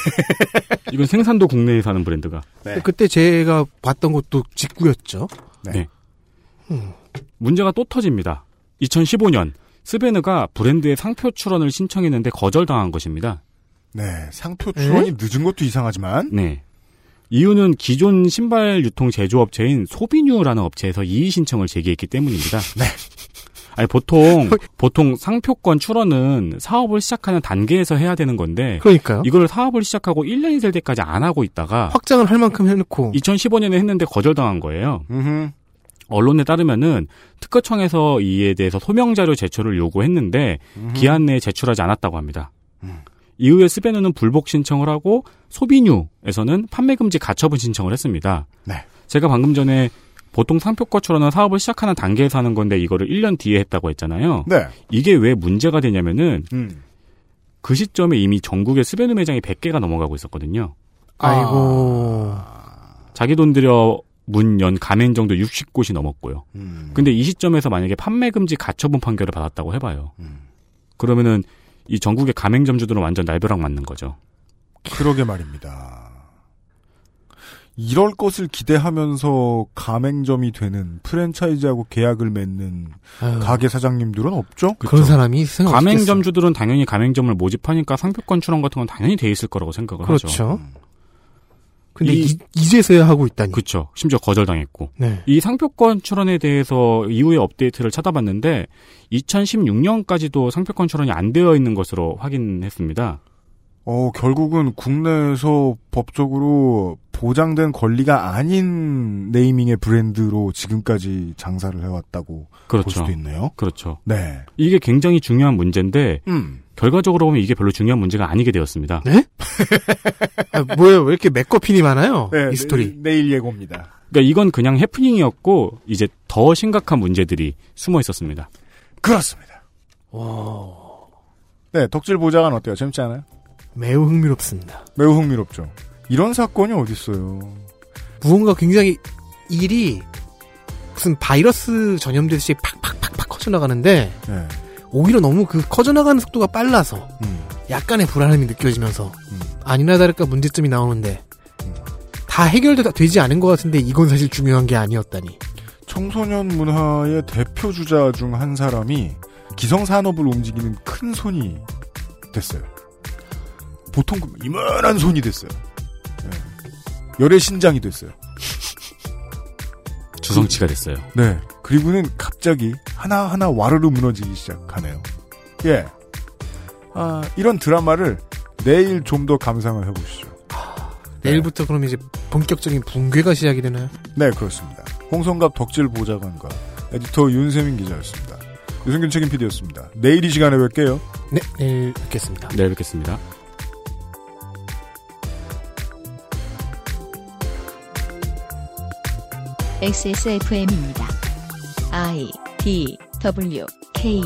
Speaker 3: 이건 생산도 국내에 사는 브랜드가.
Speaker 4: 그때 제가 봤던 것도 직구였죠.
Speaker 3: 네. 문제가 또 터집니다. 2015년 스베느가 브랜드의 상표 출원을 신청했는데 거절당한 것입니다.
Speaker 2: 네, 상표 출원이
Speaker 4: 예?
Speaker 3: 에?
Speaker 2: 늦은 것도 이상하지만
Speaker 3: 네. 이유는 기존 신발 유통 제조업체인 소비뉴라는 업체에서 이의 신청을 제기했기 때문입니다.
Speaker 2: 네.
Speaker 3: 아니 보통
Speaker 4: 어,
Speaker 3: 보통 상표권 출원은 사업을 시작하는 단계에서 해야 되는 건데
Speaker 4: 그러니까요.
Speaker 3: 이걸 사업을 시작하고 1년이 될 때까지 안 하고 있다가
Speaker 4: 확장을 할 만큼 해놓고
Speaker 3: 2015년에 했는데 거절당한 거예요. 언론에 따르면은 특허청에서 이에 대해서 소명 자료 제출을 요구했는데
Speaker 12: 음흠. 음.
Speaker 3: 기한 내에 제출하지 않았다고 합니다. 이후에 스베누는 불복 신청을 하고 소비뉴에서는 판매 금지 가처분 신청을 했습니다.
Speaker 2: 네.
Speaker 3: 제가 방금 전에 보통 상표권 출원은 사업을 시작하는 단계에서 하는 건데 이거를 1년 뒤에 했다고 했잖아요.
Speaker 2: 네.
Speaker 3: 이게 왜 문제가 되냐면은
Speaker 2: 음.
Speaker 3: 그 시점에 이미 전국에 스베누 매장이 100개가 넘어가고 있었거든요.
Speaker 4: 아이고.
Speaker 3: 자기 돈 들여 문 연 가맹점도 60곳이 넘었고요.
Speaker 2: 음. 그,
Speaker 3: 근데 이 시점에서 만약에 판매 금지 가처분 판결을 받았다고 해봐요.
Speaker 4: 음.
Speaker 3: 그러면은 이 전국의 가맹점주들은 완전 날벼락 맞는 거죠.
Speaker 2: 그러게 말입니다. 이럴 것을 기대하면서 가맹점이 되는 프랜차이즈하고 계약을 맺는 가게 사장님들은 없죠.
Speaker 4: 아, 음. 그런 사람이 세상 없겠어.
Speaker 3: 그렇죠. 가맹점주들은 당연히 가맹점을 모집하니까 상표권 출원 같은 건 당연히 돼 있을 거라고 생각을
Speaker 4: 그렇죠.
Speaker 3: 하죠.
Speaker 2: 음.
Speaker 4: 근데
Speaker 3: 이-
Speaker 4: 이, 이제서야 하고 있다니.
Speaker 3: 그렇죠. 심지어 거절당했고.
Speaker 4: 네.
Speaker 3: 이 상표권 출원에 대해서 이후의 업데이트를 찾아봤는데 2016년까지도 상표권 출원이 안 되어 있는 것으로 확인했습니다.
Speaker 2: 어, 결국은 국내에서 법적으로 보장된 권리가 아닌 네이밍의 브랜드로 지금까지 장사를 해왔다고
Speaker 3: 그렇죠.
Speaker 2: 볼 수도 있네요.
Speaker 3: 그렇죠.
Speaker 2: 네.
Speaker 3: 이게 굉장히 중요한 문제인데
Speaker 2: 음.
Speaker 3: 결과적으로 보면 이게 별로 중요한 문제가 아니게 되었습니다.
Speaker 4: 네? 아, 뭐예요? 왜 이렇게 메꿔핀이 많아요?
Speaker 3: 네,
Speaker 2: 네,
Speaker 4: 이 스토리.
Speaker 2: 내일 예고입니다.
Speaker 3: 그러니까 이건 그냥 해프닝이었고 이제 더 심각한 문제들이 숨어 있었습니다.
Speaker 2: 그렇습니다. 네, 덕질 보좌관 어때요? 재밌지 않아요?
Speaker 4: 매우 흥미롭습니다.
Speaker 2: 매우 흥미롭죠. 이런 사건이 어딨어요.
Speaker 4: 무언가 굉장히 일이 무슨 바이러스 전염되듯이 팍팍팍팍 커져나가는데
Speaker 2: 네. 음.
Speaker 4: 오히려 너무 그 커져나가는 속도가 빨라서 약간의 불안함이 느껴지면서
Speaker 3: 음.
Speaker 4: 아니나 다를까 문제점이 나오는데 다 해결되지 않은 것 같은데 이건 사실 중요한 게 아니었다니.
Speaker 2: 청소년 문화의 대표 주자 중 한 사람이 기성 산업을 움직이는 큰 손이 됐어요. 보통 그 이만한 손이 됐어요. 예. 열의 신장이 됐어요.
Speaker 3: 주성치가 됐어요.
Speaker 2: 네. 그리고는 갑자기 하나하나 와르르 무너지기 시작하네요. 예. 아, 이런 드라마를 내일 좀 더 감상을 해보시죠.
Speaker 4: 내일부터 그럼 이제 본격적인 붕괴가 시작이 되나요?
Speaker 2: 네, 그렇습니다. 홍성갑 덕질 보좌관과 에디터 윤세민 기자였습니다. 유승균 책임 PD였습니다. 내일 이 시간에 뵐게요.
Speaker 4: 네, 내일 뵙겠습니다.
Speaker 3: 내일 네, 뵙겠습니다.
Speaker 1: XSFM입니다. I D W K